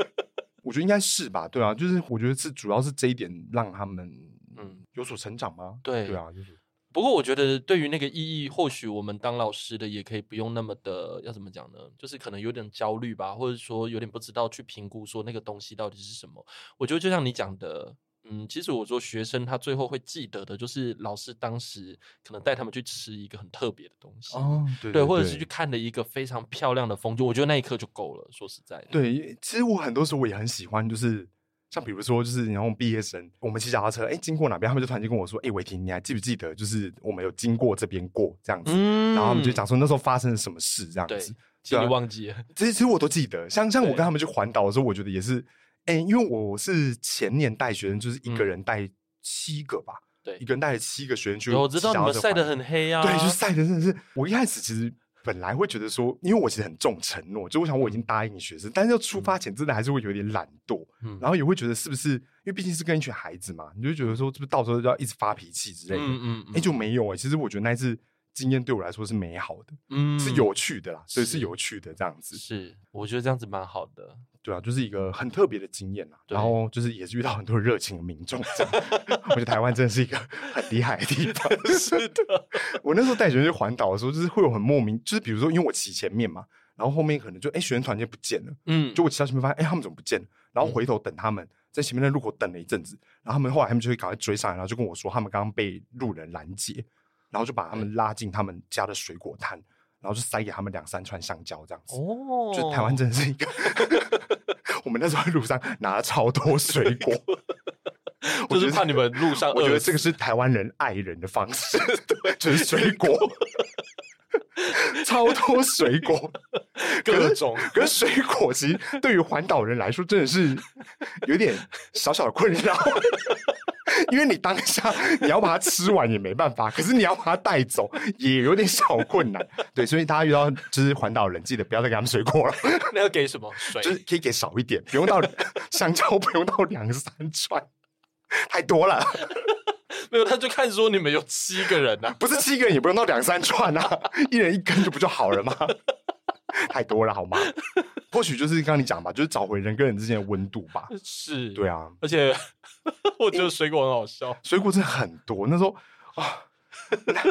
我觉得应该是吧？对啊，就是我觉得是主要是这一点让他们嗯嗯有所成长吗？对 对啊，有所不过我觉得对于那个意义，或许我们当老师的也可以不用那么的，要怎么讲呢？就是可能有点焦虑吧，或者说有点不知道去评估说那个东西到底是什么。我觉得就像你讲的。嗯，其实我说学生他最后会记得的，就是老师当时可能带他们去吃一个很特别的东西，哦，对对，或者是去看了一个非常漂亮的风景，我觉得那一刻就够了。说实在的，对，其实我很多时候我也很喜欢，就是像比如说，就是然后毕业生，我们骑脚踏车，哎，经过哪边，他们就突然间跟我说，哎，伟霆，你还记不记得，就是我们有经过这边过这样子，嗯然后他们就讲，说那时候发生了什么事这样对子。，其对实啊忘记了，其实其实我都记得，像像我对跟他们去环岛的时候，我觉得也是，哎、因为我是前年带学生，就是一个人带七个吧，嗯对一个人带了七个学生去骑有脚踏车环岛，我知道你们晒得很黑啊，对，就晒的真的是，我一开始其实本来会觉得说，因为我其实很重承诺，就我想我已经答应学生，但是要出发前真的还是会有点懒惰，嗯然后也会觉得是不是，因为毕竟是跟一群孩子嘛，你就觉得说，是不是到时候就要一直发脾气之类的？哎、嗯就没有哎、其实我觉得那一次经验对我来说是美好的，嗯是有趣的啦，所以是是有趣的这样子，是，我觉得这样子蛮好 的。对啊，就是一个很特别的经验啦。对然后就是也是遇到很多热情的民众，这样 我觉得台湾真的是一个很厉害的地方。是的， 我那时候带学生去环岛的时候，就是会有很莫名，就是比如说因为我骑前面嘛，然后后面可能就哎、诶学生团就不见了。 嗯，就我骑到前面发现，哎、他们怎么不见了？然后嗯回头等他们，在前面的路口等了一阵子，然后他们后来他们就会赶快追上来，然后就跟我说，他们刚刚被路人拦截，然后就把他们拉进他们家的水果摊，然后就塞给他们两三串香蕉这样子。哦，就台湾真的是一个， 我们那时候在路上拿了超多水 果，我就觉是得怕你们路上饿死，我觉得这个是台湾人爱人的 方式，对， 就是水果，超多水果，各种可是水果其实对于环岛人来说，真的是有点小小的困扰， 因为你当下你要把它吃完也没办法，可是你要把它带走也有点小困难。对，所以大家遇到就是环岛人，记得不要再给他们水果了，那要给什么水？就是可以给少一点，不用到香蕉，不用到两三串，太多了。没有，他就看说你们有七个人啊 呐、不是七个人也不用到两三串啊，一人一根就不就好了吗？ 太多了好吗？或许就是刚刚你讲吧，就是找回人跟人之间的温度吧。是，对啊，而且 我觉得水果很好笑，水果真的很多，那时候啊。那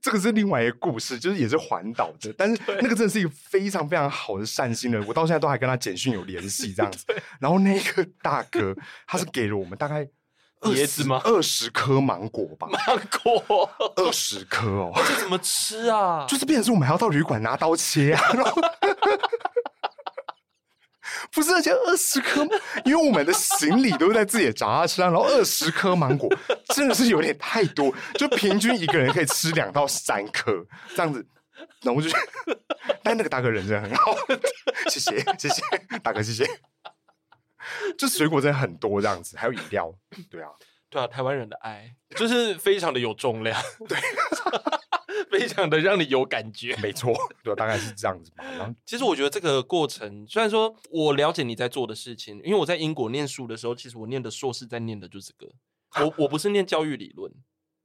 这个是另外一个故事，就是也是环岛的，但是那个真的是一个非常非常好的善心人，我到现在都还跟他简讯有联系 这样子。然后那个 大哥，他是给了我们大概椰子吗二十颗芒果 吧，芒果 二十颗哦。这怎么吃啊？就是变成是我们还要到旅馆拿刀切啊，然后不是，而且二十颗，因为我们的行李都在自己的脚踏车上，然后二十颗芒果真的是有点太多，就平均一个人可以吃两到三颗这样子，然后我就觉得，但那个大哥人真的很好，谢谢谢谢大哥谢谢，就水果真的很多这样子，还有饮料，对啊，对啊，台湾人的爱就是非常的有重量， 对，非常的让你有感觉。没错，对啊、大概是这样子吧，然后其实我觉得这个过程，虽然说我了解你在做的事情，因为我在英国念书的时候，其实我念的硕士在念的就是这个。我我不是念教育理论，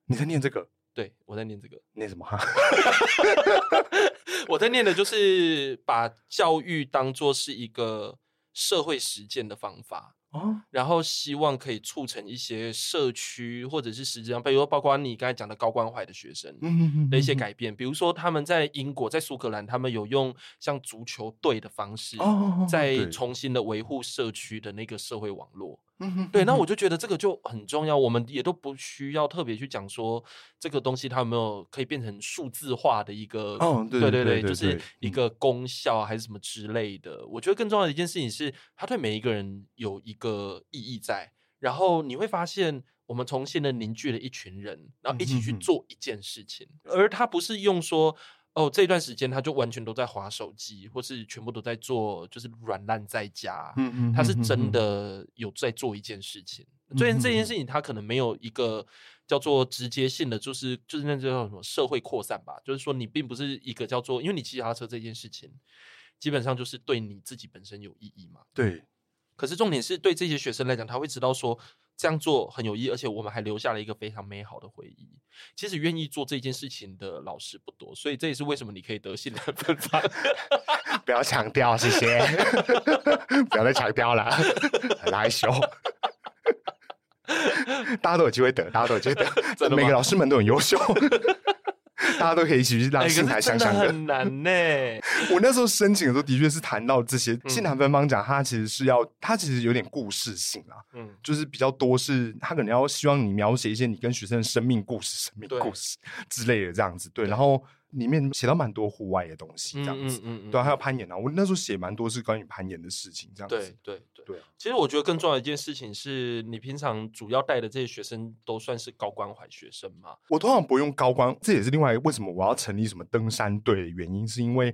你在念这个对我在念这个，念什么？啊我在念的就是把教育当做是一个社会实践的方法，哦，然后希望可以促成一些社区或者是实际上，比如说包括你刚才讲的高关怀的学生，嗯的一些改变，比如说他们在英国、在苏格兰，他们有用像足球队的方式，哦在对重新的维护社区的那个社会网络。嗯对，那我就觉得这个就很重要，我们也都不需要特别去讲说这个东西它有没有可以变成数字化的一个，哦对对对对对对就是对一嗯个功效啊还是什么之类的。我觉得更重要的一件事情是，它对每一个人有一个意义在，然后你会发现。我们重新的凝聚了一群人，然后一起去嗯嗯嗯做一件事情，而他不是用说哦，这段时间他就完全都在划手机，或是全部都在做就是软烂在家，嗯他是真，的有在做一件事情。虽然这件事情他可能没有一个叫做直接性的，就是就是那叫什么社会扩散吧，就是说你并不是一个叫做，因为你骑脚踏车这件事情，基本上就是对你自己本身有意义嘛。对，可是重点是对这些学生来讲，他会知道说这样做很有意义，而且我们还留下了一个非常美好的回忆。其实愿意做这件事情的老师不多，所以这也是为什么你可以得信任 芬啊芳。不要强调，谢谢， 不要再强调了，很害羞。大家都有机会得，大家都有机会得，真的吗 每个老师们都很优秀， 大家都可以一起去让哎可新台是真香的香的。很难呢、我那时候申请的时候，的确是谈到这嗯些。信南芬芳奖，它其实是要，它其实有点故事性啊，嗯，就是比较多是，他可能要希望你描写一些你跟学生的生命故事、生命对故事 之类的这样子。对，然后里面写到蛮多户外的东西这样子。嗯嗯对啊，还有攀岩啊，我那时候写蛮多是关于攀岩的事情，这样子。对对对对啊其实我觉得更重要的一件事情是你平常主要带的这些学生都算是高关怀学生嘛？我通常不用高光，这也是另外为什么我要成立什么登山队的原因，是因为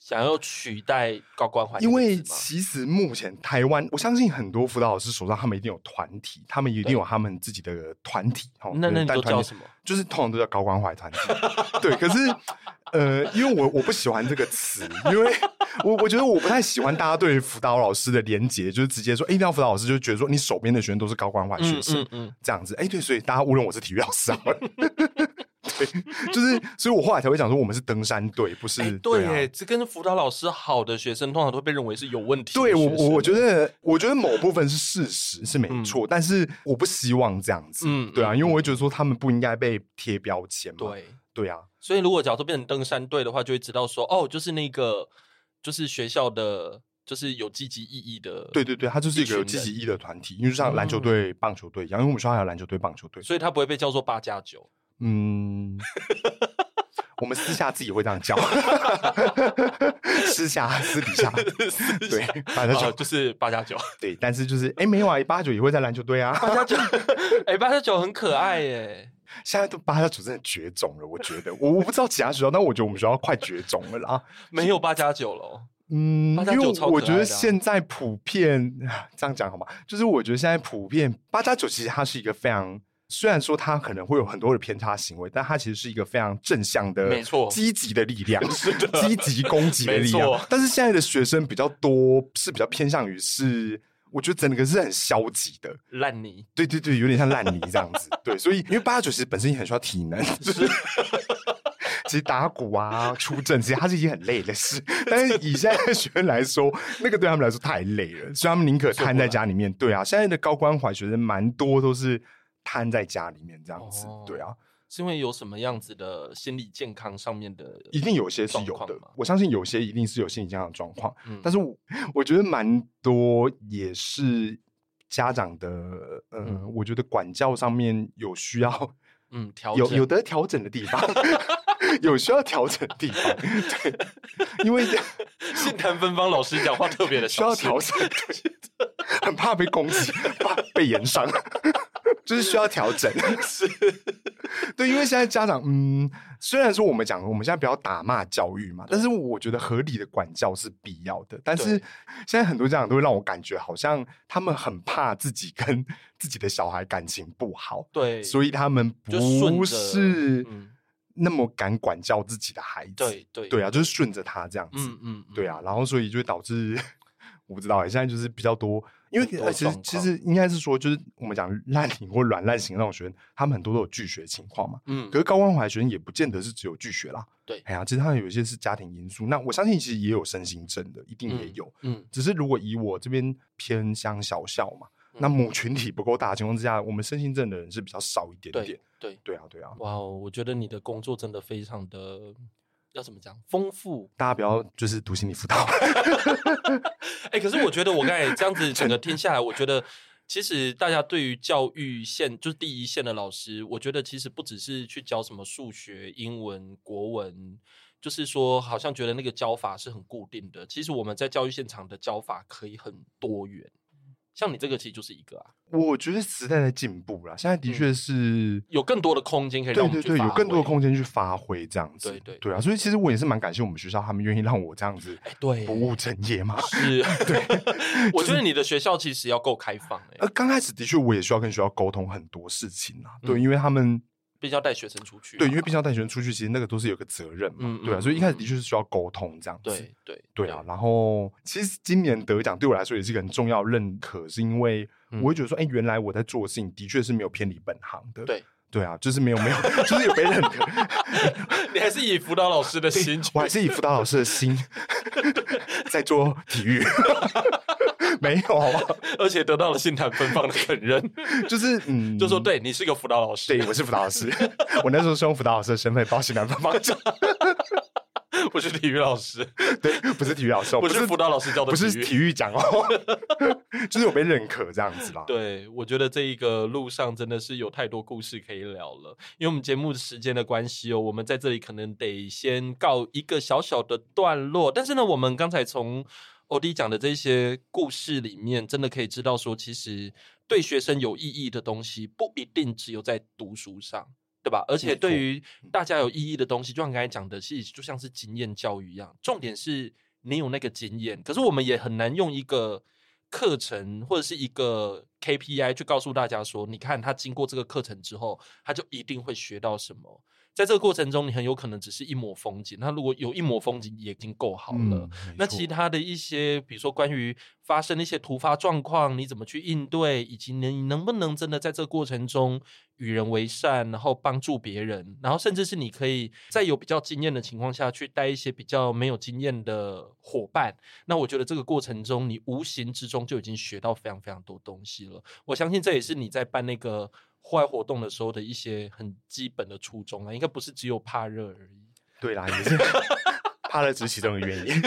想要取代高关怀这因个为字吗，其实目前台湾，我相信很多辅导老师手上他们一定有团体，他们一定有他们自己的团体。哦那那你但都团叫体什么？就是通常都叫高关怀团体。对，可是呃，因为我我不喜欢这个词，因为我我觉得我不太喜欢大家对辅导老师的连结，就是直接说，哎、一定要辅导老师，就觉得说你手边的学生都是高关怀学嗯生。嗯嗯，这样子，哎、对，所以大家误认我是体育老师啊。 对，就是，所以我后来才会讲说，我们是登山队，不是、哎、对耶，啊。这跟辅导老师好的学生，通常都被认为是有问题的学对生。我，我我觉得，我觉得某部分是事实是没错，但是我不希望这样子，嗯对啊，嗯因为我会觉得说他们不应该被贴标签嘛，对，对啊，所以如果假如说变成登山队的话，就会知道说，哦，就是那个，就是学校的，就是有积极意义的，对对对，他就是一个有一群积人极意义的团体，因为就像篮球队、棒球队一样，因为我们学校还有篮球队、棒球队，所以他不会被叫做八加九。嗯，我们私下自己会这样叫，私下私底下， 对，反正就哦，就是八加九，对，但是就是哎，没有啊，八九也会在篮球队啊。 八加九， 哎，八加九很可爱耶。现在都八九真的绝种了，我觉得，我我不知道其他学校，但我觉得我们学校快绝种了啦。没有八加九了，嗯，八加因九为超我可觉爱得的啊现在普遍 这样讲好吗？就是我觉得现在普遍八加九其实它是一个非常。虽然说它可能会有很多的偏差行为，但它其实是一个非常正向的、没错积极的力量， 是的积极攻击的力没量错。但是现在的学生比较多，是比较偏向于是，我觉得整个是很消极的，烂泥。对对对，有点像烂泥这样子。对，所以因为八九其实本身也很需要体能，就是。 其实打鼓啊、出阵，其实它是一件很累的事，但是以现在的学生来说，那个对他们来说太累了，所以他们宁可瘫在家里面。对啊，现在的高关怀学生蛮多都是瘫在家里面这样子。哦对啊，是因为有什么样子的心理健康上面的，一定有些是状有况的嘛，我相信有些一定是有心理健康的状况，嗯但是我我觉得蛮多也是家长的，呃，嗯我觉得管教上面有需要嗯调有整有得调整的地方， 有需要调整的地方，对，因 为信坛芬芳老师讲话特别的需要小心调整，对很怕被攻击，怕被延上， 就是需要调整。 是，对，因为现在家长，嗯，虽然说我们讲我们现在不要打骂教育嘛，但是我觉得合理的管教是必要的。但是对现在很多家长都会让我感觉好像他们很怕自己跟自己的小孩感情不好，对，所以以他们就顺不着是嗯那么敢管教自己的孩子。对对对啊，就是顺着他这样子。嗯嗯，嗯对啊，然后所以就会导致我不知道欸，现在就是比较多，因为很多呃，其状实况其实应该是说，就是我们讲烂型或软烂型那种学生，他们很多都有拒学情况嘛。嗯可是高关怀学生也不见得是只有拒学啦，对哎呀，其实他有一些是家庭因素，那我相信其实也有身心症的，一定也有。嗯只是如果以我这边偏乡小校嘛，那嗯母群体不够大的情况之下，我们身心症的人是比较少一点点对。对，对啊，对啊，哇哦，我觉得你的工作真的非常的要怎么讲丰富，大家不要就是读心理辅导。 哎、可是我觉得我刚才这样子整个听下来，我觉得其实大家对于教育线就是第一线的老师，我觉得其实不只是去教什么数学、英文、国文，就是说好像觉得那个教法是很固定的。其实我们在教育现场的教法可以很多元，像你这个其实就是一个啊，我觉得时代在进步啦，现在的确是嗯有更多的空间可以让对我们对去对，有发更多的挥。空间去发挥这样子。对对啊，所以其实我也是蛮感谢我们学校，他们愿意让我这样子哎、对，不务正业嘛。是， 对，我觉得你的学校其实要够开放、欸， 呃，刚开始的确我也需要跟学校沟通很多事情啊，对，嗯因为他们毕竟要带学生出去嘛，对，因为毕竟要带学生出去，其实那个都是有个责任嘛嗯，对啊，嗯所以一开始嗯的确是需要沟通这样子。对对对啊，，然后其实今年得奖对我来说也是一个很重要的认可，是因为嗯我会觉得说，哎、原来我在做的事情的确是没有偏离本行的。对对啊，就是没有没有，就是有被认可。你还是以辅导老师的心去我还是以辅导老师的心 在做体育， 没有好不好？而且得到了信坛芬芳的肯认，就是嗯，就说对你是个辅导老师，对，我是辅导老师，我那时候是用辅导老师的身份报新南方方向，我是体育老师，对，哦不是体育老师哦，我是辅导老师教的不是育。体育奖哦， 就是有被认可这样子啦。嗯对，我觉得这一个路上真的是有太多故事可以聊了，因为我们节目时间的关系哦，我们在这里可能得先告一个小小的段落。但是呢，我们刚才从欧弟讲的这些故事里面，真的可以知道说，其实对学生有意义的东西，不一定只有在读书上。对吧？而且没错嗯对于大家有意义的东西，就像刚才讲的，其实就像是经验教育一样，重点是你有那个经验。可是我们也很难用一个课程或者是一个 KPI 去告诉大家说，你看他经过这个课程之后，他就一定会学到什么。在这个过程中，你很有可能只是一抹风景。那如果有一抹风景，也已经够好了。嗯，没那错其他的一些，比如说关于发生的一些突发状况，你怎么去应对，以及你能不能真的在这个过程中与人为善，然后帮助别人，然后甚至是你可以在有比较经验的情况下去带一些比较没有经验的伙伴。那我觉得这个过程中，你无形之中就已经学到非常非常多东西了。我相信这也是你在办那个户外活动的时候的一些很基本的初衷啊，应该不是只有怕热而已。对 啦，也是怕热只是其中的原因。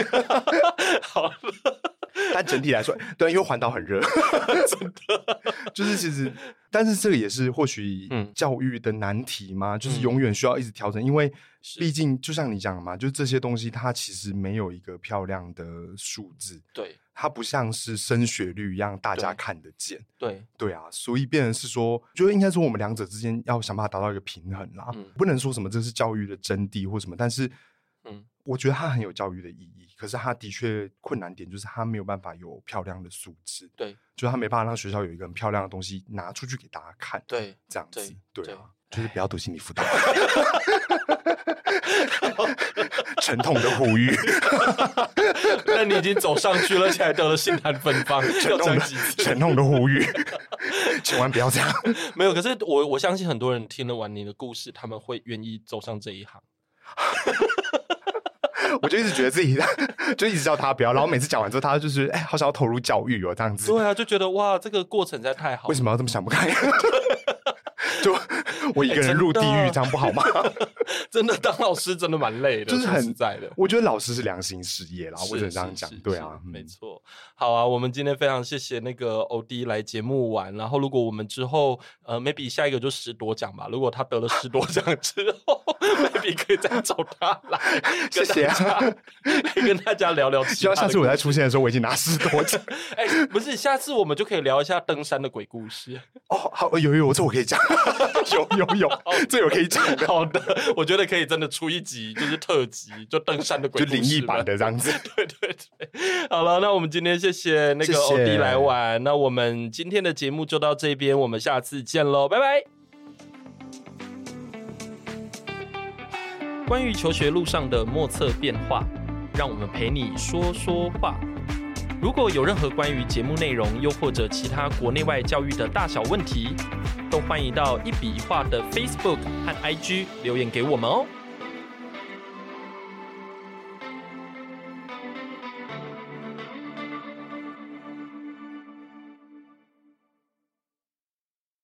好了， 但整体来说，对，啊因为环岛 很热，真的，就是其实，但是这个也是或许嗯教育的难题嘛，就是嗯永远需要一直调整，因为是毕竟就像你讲的嘛，就这些东西它其实没有一个漂亮的数字，对它不像是升学率一样大家对看得见。对，对啊，所以变成是说，就应该说我们两者之间要想办法达到一个平衡啦，嗯不能说什么这是教育的真谛或什么，但是，嗯嗯，我觉得它很有教育的意义，可是它的确困难点就是它没有办法有漂亮的素质，对就是它没办法让学校有一个很漂亮的东西拿出去给大家看，对。这样子，对对啊，就是不要读心 理辅导， 沉痛的呼吁，那你已经走上去了，而且还得了心寒芬 芳，要沉痛讲的几次？沉痛的呼吁，千万不要这样，没有，可是我我相信很多人听了完你的故事，他们会愿意走上这一行。我就一直觉得自己 就一直叫他不要，然后每次讲完之后，他就是哎、好想要投入教育哦，这样子。对啊，就觉得哇，这个过程实在太好了。为什么？么要这么想不开？ 就我一个哎人入地真狱，的这样不好吗？ 真的当老师真的蛮累的，就是说很实在的。我觉得老师是良心事业啦，我只能是这样是讲是。对是啊，嗯没错。好啊，我们今天非常谢谢那个欧弟来节目玩。然后，如果我们之后呃，maybe 下一个就十夺奖吧。如果他得了十夺奖之后 ，maybe 可以再找他来，谢谢啊跟大家来跟大家聊聊其他的故事。希望下次我再出现的时候，我已经拿十多 奖哎、不是，下次我们就可以聊一下登山的鬼故事。 哦。好，有有，这我可以讲， 有有有，哦这我可以讲的，好的， 我觉得可以真的出一集，就是特辑，就登山的鬼就故事灵异版吧。的这样子。对对对，好了，那我们今天谢谢那谢个谢欧弟来玩，那我们今天的节目就到这边，我们下次见喽，拜拜。关于求学路上的莫测变化，让我们陪你说说话。如果有任何关于节目内容，又或者其他国内外教育的大小问题，都欢迎到一笔一画的 Facebook 和 IG 留言给我们哦。